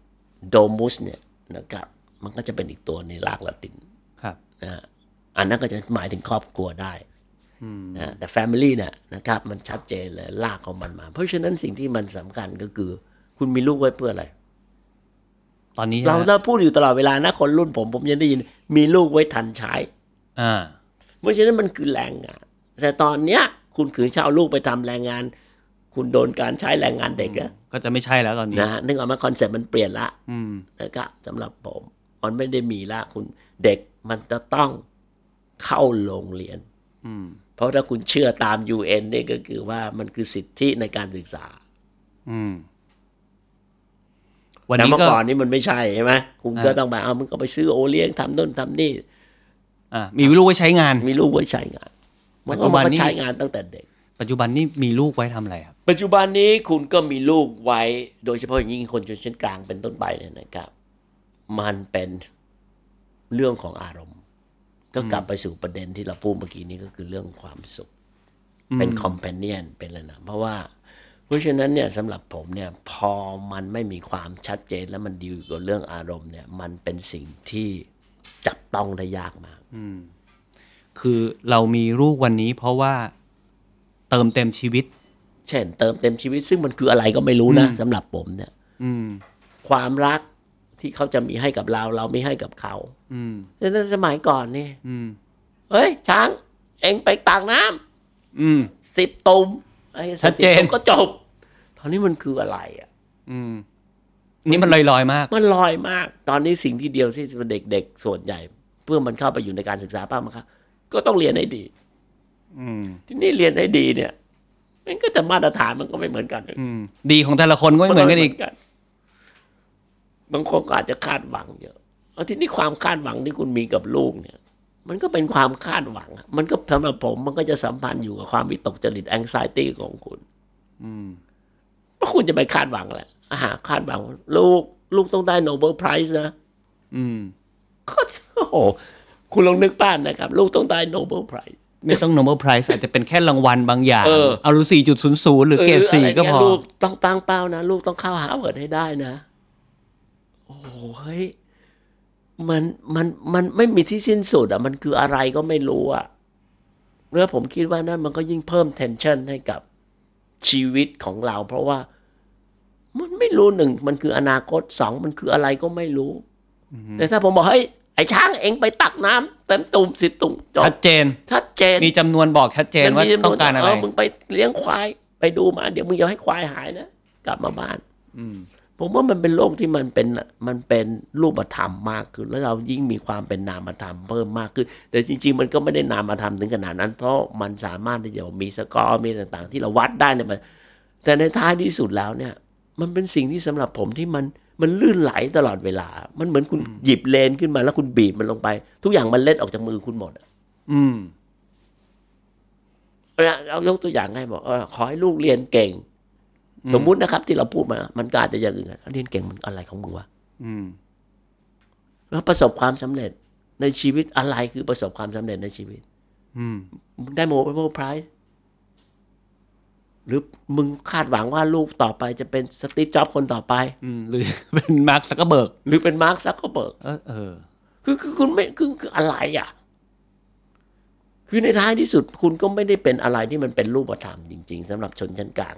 C: domus เนี่ยนะครับมันก็จะเป็นอีกตัวในรากละติน
B: ครับ
C: นะฮะอันนั้นก็จะหมายถึงครอบครัวได้นะแต่ family เนี่ยนะครับมันชัดเจนเลยรากของมันมา เพราะฉะนั้นสิ่งที่มันสำคัญก็คือ คุณมีลูกไว้เพื่ออะไร
B: ตอนนี้
C: เรา
B: ใช่ไหม
C: เราพูดอยู่ตลอดเวลานะคนรุ่นผมผมยังได้ยิน มีลูกไว้ทันใช้
B: อ่า
C: เพราะฉะนั้นมันคือแรงงาน แต่ตอนเนี้ยคุณขืนเช่าลูกไปทำแรงงาน คุณโดนการใช้แรงงานเด็กนะ
B: ก็จะไม่ใช่แล้วตอนนี้
C: นะฮะนึกออกไหมาคอนเซ็ปต์มันเปลี่ยนละ
B: อืม
C: นะครับสำหรับผม มันไม่ได้มีละคุณเด็กมันจะต้องเข้าโรงเรียน
B: อืม
C: เพราะถ้าคุณเชื่อตาม UN นี่ก็คือว่ามันคือสิทธิในการศึกษา
B: อืม วัน
C: แต่
B: นี้
C: เมื่อ
B: ก็
C: ก่อนนี่มันไม่ใช่ใช่ไหมคุณก็ต้องไปเอามึงก็ไปซื้อโอเลี้ยงทำนู่นทำนี่
B: อ่ะมีลูกไว้ใช้งาน
C: มีลูกไว้ใช้งานมันก็
B: ปัจจุบั
C: มันน
B: นี่
C: ใช้งานตั้งแต่เด็ก
B: ปัจจุบันนี่มีลูกไว้ทำอะไรครับ
C: ปัจจุบันนี้คุณก็มีลูกไว้ โดยเฉพาะอย่างยิ่งคนชนชั้นกลางเป็นต้นไปเนี่ยนะครับ มันเป็นเรื่องของอารมณ์ ก็กลับไปสู่ประเด็นที่เราพูดเมื่อกี้นี้ก็คือเรื่องความสุข เป็นคอมเพนเนียนเป็นอะไรนะเพราะว่า เพราะฉะนั้นเนี่ยสำหรับผมเนี่ยพอมันไม่มีความชัดเจนและมันดีลกับเรื่องอารมณ์เนี่ย มันเป็นสิ่งที่จับต้องได้ยากมาก
B: คือเรามีลูกวันนี้เพราะว่าเติมเต็มชีวิต
C: เช่นเติมเต็มชีวิตซึ่งมันคืออะไรก็ไม่รู้นะสำหรับผมเนี่ยความรักที่เขาจะมีให้กับเรา เราไม่ให้กับเขา
B: อืม
C: แต่ในสมัยก่อนนี่
B: อืม
C: เฮ้ย ช้าง เองไปตากน้
B: อืม
C: ำสิบตุ่มไอ้
B: ชัดเจน
C: สิบตุ่มก็จบตอนนี้มันคืออะไรอ่ะ
B: อืม นี่มันลอยลอยๆมาก
C: มันลอยมาก ตอนนี้สิ่งที่เดียวที่เด็กๆส่วนใหญ่ เพื่อมันเข้าไปอยู่ในการศึกษาภาคมันครับก็ต้องเรียนให้ดี
B: อืม
C: ที่นี่เรียนให้ดีเนี่ยมันก็จะมาตรฐานมันก็ไม่เหมือนกัน
B: อืม ดีของแต่ละคนก็ไม่เหมือนกันอีก
C: บางคนก็อาจจะคาดหวังเยอะเอาที่นี่ความคาดหวังที่คุณมีกับลูกเนี่ย มันก็เป็นความคาดหวังอะมันก็สำหรับผมมันก็จะสัมพันธ์อยู่กับความวิตกจริตแองไซตี้ของคุณ
B: อืม
C: เพราะคุณจะไปคาดหวังแหละอาหาคาดหวังว่าลูก ลูกต้องได้โนเบิลไพรส์นะ
B: อืม
C: ก็โอ้โหคุณลองนึกป้านนะครับ ลูกต้องได้โนเบิลไพรส์
B: ไม่ต้อง normal price อาจจะเป็นแค่รางวัลบางอย่าง
C: เออ
B: เอารูสี่จุดศูนย์ศูนย์หรือเกรดสี่ก็พอ
C: ลูกต้องตั้งเป้านะ ลูกต้องเข้าหาเวิร์ดให้ได้นะ โอ้โหเฮ้ยมันมันมันไม่มีที่สิ้นสุดอ่ะ มันคืออะไรก็ไม่รู้อ่ะเรื่องผมคิดว่านั่นมันก็ยิ่งเพิ่ม tension ให้กับชีวิตของเรา เพราะว่า มันไม่รู้หนึ่งมันคืออนาคตสองมันคืออะไรก็ไม่รู้ แต่ถ้าผมบอกเฮ้ยไอ้ช้างเองไปตักน้ำเต็มตุ่มสิตุ่มจ
B: ชั
C: บ
B: ดเจน
C: ชัดเจน
B: มีจำนวนบอกชัดเจนว่า
C: มัมีจำน
B: ต้องการอะไร
C: เมึงไปเลี้ยงควายไปดูมา เดี๋ยวมึงอย่าให้ควายหายนะ กลับมาบ้านผมว่ามันเป็นโลกที่มันเป็นมันเป็นรูปธรรมมากขึ้น แล้วเรายิ่งมีความเป็นนามธรรมเพิ่มมากขึ้น แต่จริง ๆ มันก็ไม่ได้นามธรรมถึงขนาดนั้น เพราะมันสามารถที่จะมีสกอร์มีต่าง ๆ ที่เราวัดได้เนี่ยมันแต่ในท้ายที่สุดแล้วเนี่ย มันเป็นสิ่งที่สำหรับผมที่มันมันลื่นไหลตลอดเวลา มันเหมือนคุณหยิบเลนขึ้นมาแล้วคุณบีบมันลงไป ทุกอย่างมันเล็ดออกจากมือคุณหมดอะ
B: อืม
C: เราเรายกตัวอย่างให้บอกเออขอให้ลูกเรียนเก่ง สมมุตินะครับ ที่เราพูดมา มันก็อาจจะอย่างอื่นอะเรียนเก่งมันอะไรของมึงวะ
B: อืม
C: แล้วประสบความสำเร็จในชีวิตอะไรคือประสบความสำเร็จในชีวิต
B: อืม
C: มึงได้โมบิลไพรส์หรือมึงคาดหวังว่าลูกต่อไปจะเป็นสตีฟจ็อบส์คนต่อไป
B: อืม หรือ เป็นมาร์คซักเกอร์เบิร์ก
C: หรือเป็นมาร์คซักเคอร์เบิร์ก
B: เออเออ
C: คือคือคุณไม่คือคืออะไรอ่ะ คือในท้ายที่สุดคุณก็ไม่ได้เป็นอะไรที่มันเป็นรูปธรรมจริง ๆสำหรับชนชั้นกลาง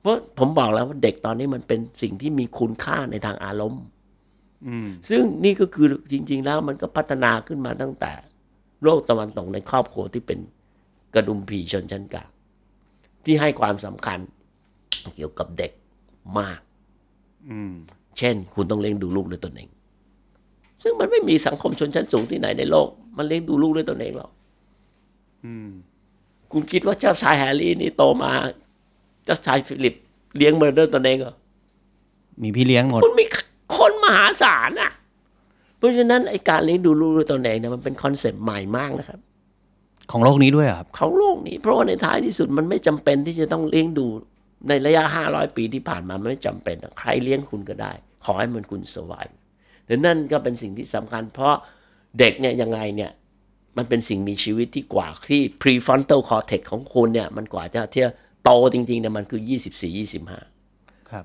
C: เพราะผมบอกแล้วว่าเด็กตอนนี้มันเป็นสิ่งที่มีคุณค่าในทางอารมณ์
B: อืม
C: ซึ่งนี่ก็คือจริง ๆ แล้วมันก็พัฒนาขึ้นมาตั้งแต่ โลกตะวันตกในครอบครัวที่เป็น กระดุมผีชนชั้นกลางที่ให้ความสำคัญเกี่ยวกับเด็กมาก
B: อืม
C: เช่น คุณต้องเลี้ยงดูลูกด้วยตนเอง ซึ่งมันไม่มีสังคมชนชั้นสูงที่ไหนในโลก มันเลี้ยงดูลูกด้วยตนเองหรอก
B: อืม
C: คุณคิดว่าเจ้าชายแฮร์รี่นี่โตมา เจ้าชายฟิลิปเลี้ยงมันด้วยตนเองเหรอ
B: มีพี่เลี้ยงหมด
C: คุณมีคนมหาศาลอ่ะ เพราะฉะนั้นไอการเลี้ยงดูลูกด้วยตนเองเนี่ยมันเป็นคอนเซ็ปต์ใหม่มากนะครับ
B: ของโลกนี้ด้วยเหรอครับ
C: ของโลกนี้ เพราะว่าในท้ายที่สุดมันไม่จำเป็นที่จะต้องเลี้ยงดูในระยะ 500 ปีที่ผ่านมามันไม่จำเป็นอะใครเลี้ยงคุณก็ได้ ขอให้มันคุณสวายดังนั้นก็เป็นสิ่งที่สำคัญ เพราะเด็กเนี่ยยังไงเนี่ย มันเป็นสิ่งมีชีวิตที่กว่าที่ prefrontal cortex ของคุณเนี่ย มันกว่าจะเที่ยโตจริงๆเนี่ยมันคือ 24 25
B: ครับ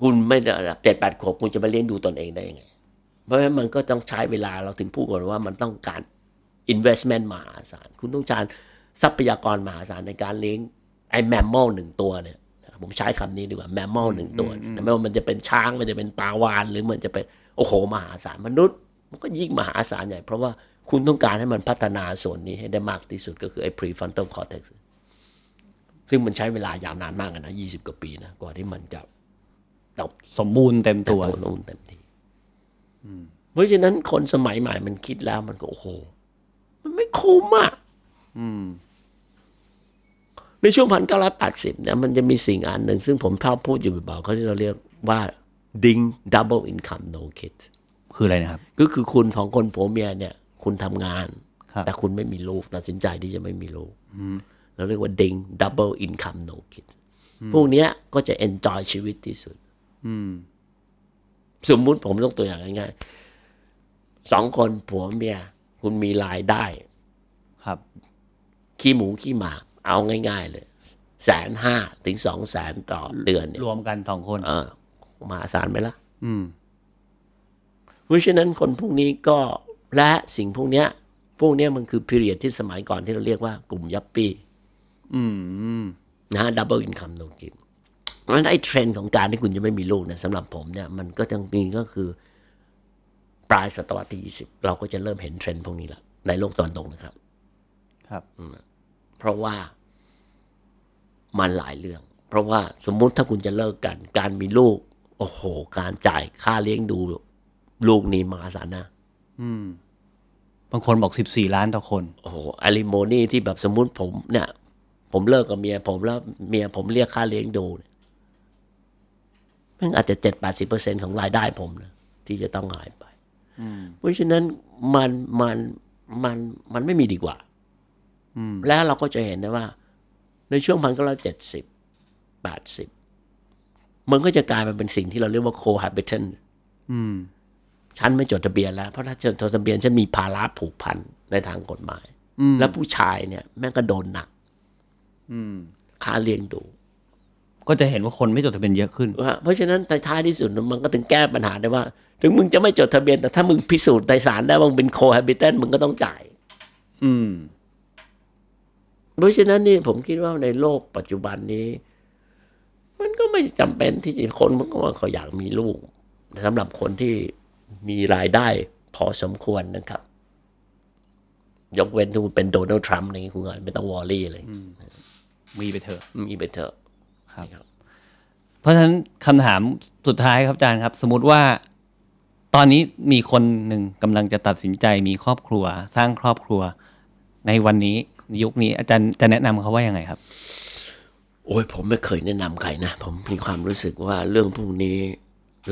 C: คุณไม่ได้เจ็ดแปดขวบคุณจะมาเลี้ยงดูตนเองได้ยังไง เพราะฉะนั้นมันก็ต้องใช้เวลาเราถึงพูดกันว่ามันต้องการ investment มหาศาล คุณต้องการทรัพยากรมหาศาลในการเลี้ยงไอ้แมมมอลหนึ่งตัวเนี่ยนะครับผมใช้คำนี้ดีกว่าแมมมอลหนึ่งตัวเนี่ยไม่ว่ามันจะเป็นช้าง มันจะเป็นปลาวานหรือมันจะเป็น โอ้โห มหาศาลมนุษย์ มันก็ยิ่งมหาศาลใหญ่ เพราะว่าคุณต้องการให้มันพัฒนาส่วนนี้ให้ได้มากที่สุดก็คือไอ้ prefrontal cortex ซึ่งมันใช้เวลายาวนานมากอะนะยี่สิบกว่าปีนะกว่าที่มันจะเติบ
B: สมบูรณ์เต็มตัว
C: โน่นเต็มที่เพราะฉะนั้นคนสมัยใหม่มันคิดแล้วมันก็โอ้โห มันไม่คุ้มอ่ะในช่วงพันเก้าร้อยแปดสิบเนี่ยมันจะมีสิ่งอันหนึ่ง ซึ่งผมชอบพูดอยู่บ่อยๆเขาที่เราเรียกว่า ดิง double income no kid
B: คืออะไรนะครับ
C: ก็คือคุณของคนผัวเมียเนี่ย คุณทำงาน
B: ครับ
C: แต่คุณไม่มีลูกตัดสินใจที่จะไม่มีลูกเราเรียกว่าดิง double income no kid พวกเนี้ยก็จะ enjoy ชีวิตที่สุด สมมุติผมยกตัวอย่างง่ายๆสองคนผัวเมีย คุณมีรายได้
B: ครับ
C: ขี้หมูขี้หมา เอาง่าย ๆ เลยแสนห้าถึงสองแสนต่อเดือนเนี่ย
B: รวมกันสองคน
C: เออมหาศาลไหมล่ะ
B: อืม
C: เพราะฉะนั้นคนพวกนี้ก็และสิ่งพวกเนี้ย พวกเนี้ยมันคือพิเรียดที่สมัยก่อนที่เราเรียกว่ากลุ่มยัปปี้
B: อืมอืม
C: นะฮะดับเบิลอินคัมโนกินเพราะฉะนั้นไอ้เทรนด์ของการที่คุณจะไม่มีลูกเนี่ยสำหรับผมเนี่ยมันก็ยังมีก็คือ ปลายศตวรรษที่ 20 เราก็จะเริ่มเห็นเทรนด์พวกนี้ละในโลกตะวันตกนะครับ
B: ครับ
C: เพราะว่ามันหลายเรื่อง เพราะว่าสมมุติถ้าคุณจะเลิกกัน การมีลูก โอ้โห การจ่ายค่าเลี้ยงดูลูกนี่มหาศาลนะ
B: อืม บางคนบอกสิบสี่ล้านต่อคน
C: โอ้โหอาริโมนี่ที่แบบสมมุติผมเนี่ย ผมเลิกกับเมีย ผมแล้วเมียผมเรียกค่าเลี้ยงดูเนี่ยมันอาจจะเจ็ดแปดสิบเปอร์เซ็นของรายได้ผมนะที่จะต้องหายไปเพราะฉะนั้นมันมันมันมันไม่มีดีกว่าแล้วเราก็จะเห็นนะว่า ในช่วงพันเก้าร้อยเจ็ดสิบแปดสิบมันก็จะกลายมาเป็นสิ่งที่เราเรียกว่า cohabitant
B: อืม
C: ฉันไม่จดทะเบียนแล้ว เพราะถ้าจดทะเบียนฉันมีภาระผูกพันในทางกฎหมาย
B: อืม
C: แล้วผู้ชายเนี่ย แม่งก็โดนหนัก
B: อืม
C: ค่าเลี้ยงดู
B: ก็จะเห็นว่าคนไม่จดทะเบียนเยอะขึ้น
C: ว่าเพราะฉะนั้นในท้ายที่สุดมันก็ถึงแก้ปัญหาได้ว่า ถึงมึงจะไม่จดทะเบียนแต่ถ้ามึงพิสูจน์ในศาลได้ว่ามึงเป็นโคฮ a บิเตนมึงก็ต้องจ่าย
B: อืม
C: เพราะฉะนั้นนี่ผมคิดว่าในโลกปัจจุบันนี้ มันก็ไม่จำเป็นที่จะคนมันก็ว่าเขาอยากมีลูกสำหรับคนที่มีรายได้พอสมควรนะครับ ยกเว้นที่คุณเป็นโดนัลด์ทรัมป์อะไรอย่างงี้คุณก็ไม่ต้องวอร์รี่เลย
B: มีไปเถอะ
C: มีไปเถอะ
B: ครับ
C: ครับ
B: เพราะฉะนั้นคำถามสุดท้ายครับอาจารย์ครับ สมมติว่า ตอนนี้มีคนหนึ่งกำลังจะตัดสินใจมีครอบครัว สร้างครอบครัว ในวันนี้ยุคนี้อาจารย์จะแนะนำเขาว่ายังไงครับ
C: โอ้ยผมไม่เคยแนะนำใครนะ ผมมีความรู้สึกว่าเรื่องพวกนี้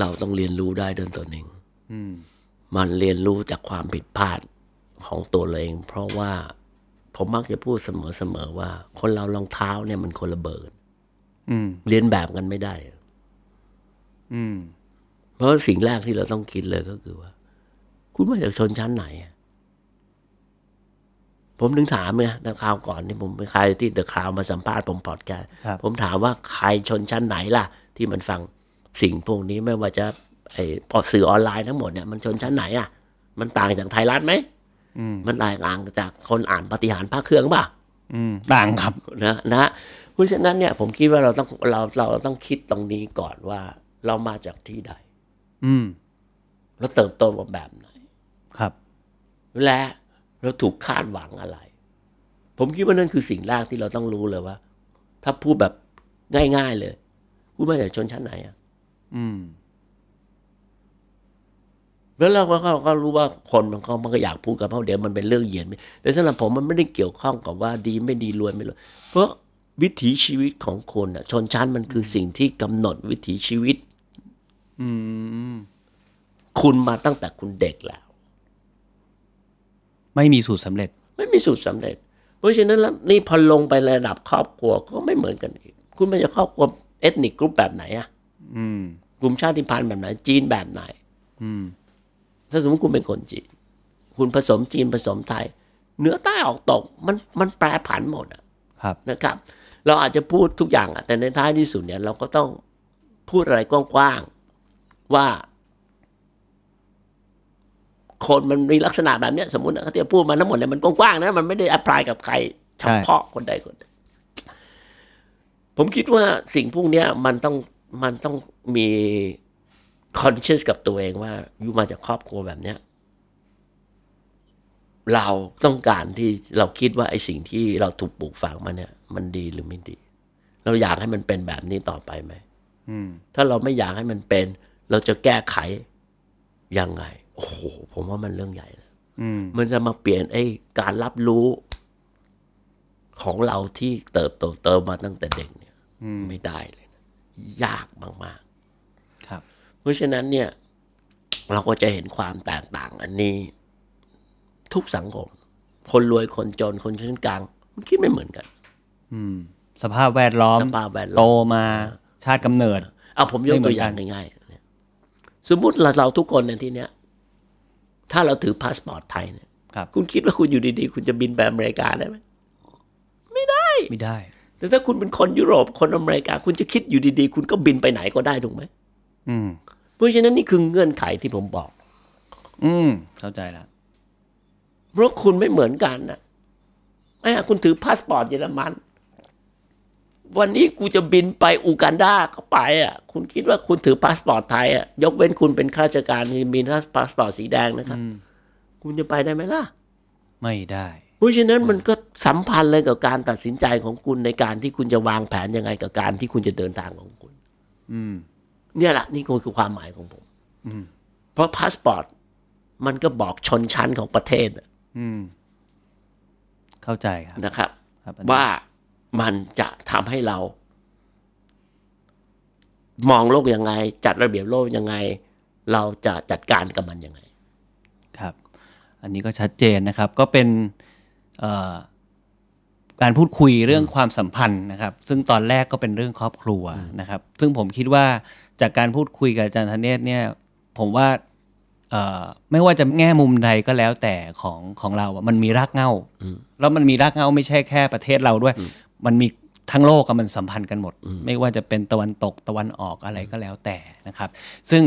C: เราต้องเรียนรู้ได้ด้วยตนเอง
B: อืม
C: มันเรียนรู้จากความผิดพลาดของตัวเราเอง เพราะว่าผมมักจะพูดเสมอๆว่า คนเรารองเท้าเนี่ยมันคนละเบิด
B: อืม
C: เรียนแบบกันไม่ได้
B: อืม
C: เพราะสิ่งแรกที่เราต้องคิดเลยก็คือว่า คุณมาจากชนชั้นไหนอะผมถึงถามเนี่ยนะคราวก่อนที่ผมไปใครที่เดอะคราวมาสัมภาษณ์ผมพอดแคสต์
B: ครับ
C: ผมถามว่าใครชนชั้นไหนล่ะ ที่มันฟังสิ่งพวกนี้ไม่ว่าจะไอ้พอสื่อออนไลน์ทั้งหมดเนี่ยมันชนชั้นไหนอ่ะ มันต่างจากไทยรัฐไหม
B: อืม
C: มันต่างจากคนอ่านปฏิหารย์พระเครื่องป่ะ
B: อืม ต่างครับ
C: นะนะเพราะฉะนั้นเนี่ยผมคิดว่าเราต้องเราเราต้องคิดตรงนี้ก่อนว่าเรามาจากที่ใด
B: อืม
C: เราเติบโตมาแบบไหน
B: ครับ
C: และเราถูกคาดหวังอะไร ผ ผมคิดว่านั่นคือสิ่งแรกที่เราต้องรู้เลยว่า ถ้าพูดแบบง่ายๆเลยพูดมาจากชนชั้นไหนอะ
B: อืม
C: แล้วเราก็ก็ก็รู้ว่าคนมันก็มันก็อยากพูดกันเพราะเดี๋ยวมันเป็นเรื่องเหยียดแต่สำหรับผมมันไม่ได้เกี่ยวข้องกับว่าดีไม่ดีรวยไม่รวยเพราะวิถีชีวิตของคนอะชนชั้นมันคือสิ่งที่กำหนดวิถีชีวิต
B: อืม
C: คุณมาตั้งแต่คุณเด็กแล้ว
B: ไม่มีสูตรสำเร็จ
C: ไม่มีสูตรสำเร็จ เพราะฉะนั้นแล้วนี่พอลงไประดับครอบครัวก็ไม่เหมือนกันอีก คุณมาจากครอบครัวเอทนิกกลุ่มแบบไหนอะ
B: อืม
C: กลุ่มชาติพันธุ์แบบไหน จีนแบบไหน
B: อืม
C: ถ้าสมมติคุณเป็นคนจีน คุณผสมจีนผสมไทย เหนือใต้ออกตกมันมันแปรผันหมดอะ
B: ครับ
C: นะครับ เราอาจจะพูดทุกอย่างอะแต่ในท้ายที่สุดเนี่ยเราก็ต้องพูดอะไรกว้างๆว่า คนมันมีลักษณะแบบเนี้ยสมมตินะเขาจะพูดมาทั้งหมดเนี่ยมันกว้างๆนะมันไม่ได้อพพลายกับใครเฉ
B: ใช่
C: พาะคนใดคนหนึ่งผมคิดว่าสิ่งพวกเนี้ยมันต้องมันต้องมีคอนเช o u s กับตัวเองว่าอยู่มาจากครอบครัวแบบเนี้ย เราต้องการที่เราคิดว่าไอ้สิ่งที่เราถูกปลูกฝังมาเนี่ย มันดีหรือไม่ดี เราอยากให้มันเป็นแบบนี้ต่อไปไหม
B: อืม
C: ถ้าเราไม่อยากให้มันเป็น เราจะแก้ไขยังไง โอ้โห ผมว่ามันเรื่องใหญ่นะ
B: อืม
C: มันจะมาเปลี่ยนไอ้การรับรู้ของเราที่เติบโตเติมมาตั้งแต่เด็กเนี่ยไม่ได้เลยนะยากมาก
B: ครับ
C: ๆ เพราะฉะนั้นเนี่ย เราก็จะเห็นความแตกต่างอันนี้ ทุกสังคม คนรวยคนจนคนชั้นกลาง มันคิดไม่เหมือนกัน
B: อืม สภาพแวดล้อม
C: สภาพแวดล้อม
B: โตมาชาติกำเนิด
C: เอาผมยก
B: ไม่เหมื
C: ตั
B: อ
C: วน อ
B: กั
C: ย่าน งง่ายๆเนี่ยสมมุติเราเราทุกคนในที่เนี้ย ถ้าเราถือพาสปอร์ตไทยเนี่ย
B: ครับ
C: คุณคิดว่าคุณอยู่ดีๆ คุณจะบินไปอเมริกาได้ไหม
B: ไม่ได้
C: แต่ถ้าคุณเป็นคนยุโรป คนอเมริกา คุณจะคิดอยู่ดีๆ คุณก็บินไปไหนก็ได้ถูกไหม
B: อืม
C: เพราะฉะนั้นนี่คือเงื่อนไขที่ผมบอก
B: อืม เข้าใจละ
C: เพราะคุณไม่เหมือนกันนะไอ้ห่าคุณถือพาสปอร์ตเยอรมัน วันนี้กูจะบินไปอูกันดาก็ไปอ่ะ คุณคิดว่าคุณถือพาสปอร์ตไทยอ่ะ ยกเว้นคุณเป็นข้าราชการที่มีพาสปอร์ตสีแดงนะครับ คุณจะไปได้ไหมล่ะ
B: ไม่ได้
C: เพราะฉะนั้นมันก็สัมพันธ์เลยกับการตัดสินใจของคุณในการที่คุณจะวางแผนยังไงกับการที่คุณจะเดินทางของคุณ
B: อืม
C: เนี่ยแหละนี่ก็คือความหมายของผมเพราะพาสปอร์ตมันก็บอกชนชั้นของประเทศน่ะ
B: อืม เข้าใจครับ
C: นะครับ
B: ครับ
C: ว่ามันจะทำให้เรา มองโลกยังไง จัดระเบียบโลกยังไง เราจะจัดการกับมันยังไง
B: ครับ อันนี้ก็ชัดเจนนะครับ ก็เป็นเอ่อการพูดคุยเรื่องความสัมพันธ์นะครับ ซึ่งตอนแรกก็เป็นเรื่องครอบครัวนะครับ ซึ่งผมคิดว่าจากการพูดคุยกับอาจารย์ธเนศเนี่ย ผมว่าเอ่อไม่ว่าจะแง่มุมใดก็แล้วแต่ของของเราอะมันมีรากเหง้าแล้วมันมีรากเหง้าไม่ใช่แค่ประเทศเราด้วย มันมีทั้งโลกอะมันสัมพันธ์กันหมด ไม่ว่าจะเป็นตะวันตกตะวันออกอะไรก็แล้วแต่นะครับ ซึ่ง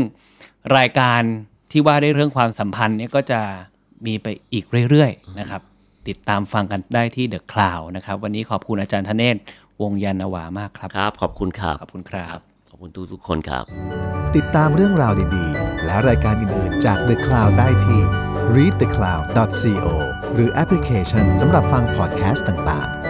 B: รายการที่ว่าด้วยเรื่องความสัมพันธ์เนี่ยก็จะมีไปอีกเรื่อยๆนะครับ ติดตามฟังกันได้ที่ The Cloud นะครับ วันนี้ขอบคุณอาจารย์ธเนศวงศ์ยานนาวามากครับ
C: ครับ ขอบคุณครับ
B: ขอบคุณครับ
C: ขอบคุณทุกทุกๆคนครับ
A: ติดตามเรื่องราวดีๆ และรายการอื่นๆจาก The Cloud ได้ที่ readthecloud.co หรือแอปพลิเคชันสำหรับฟังพอดแคสต์ต่างๆ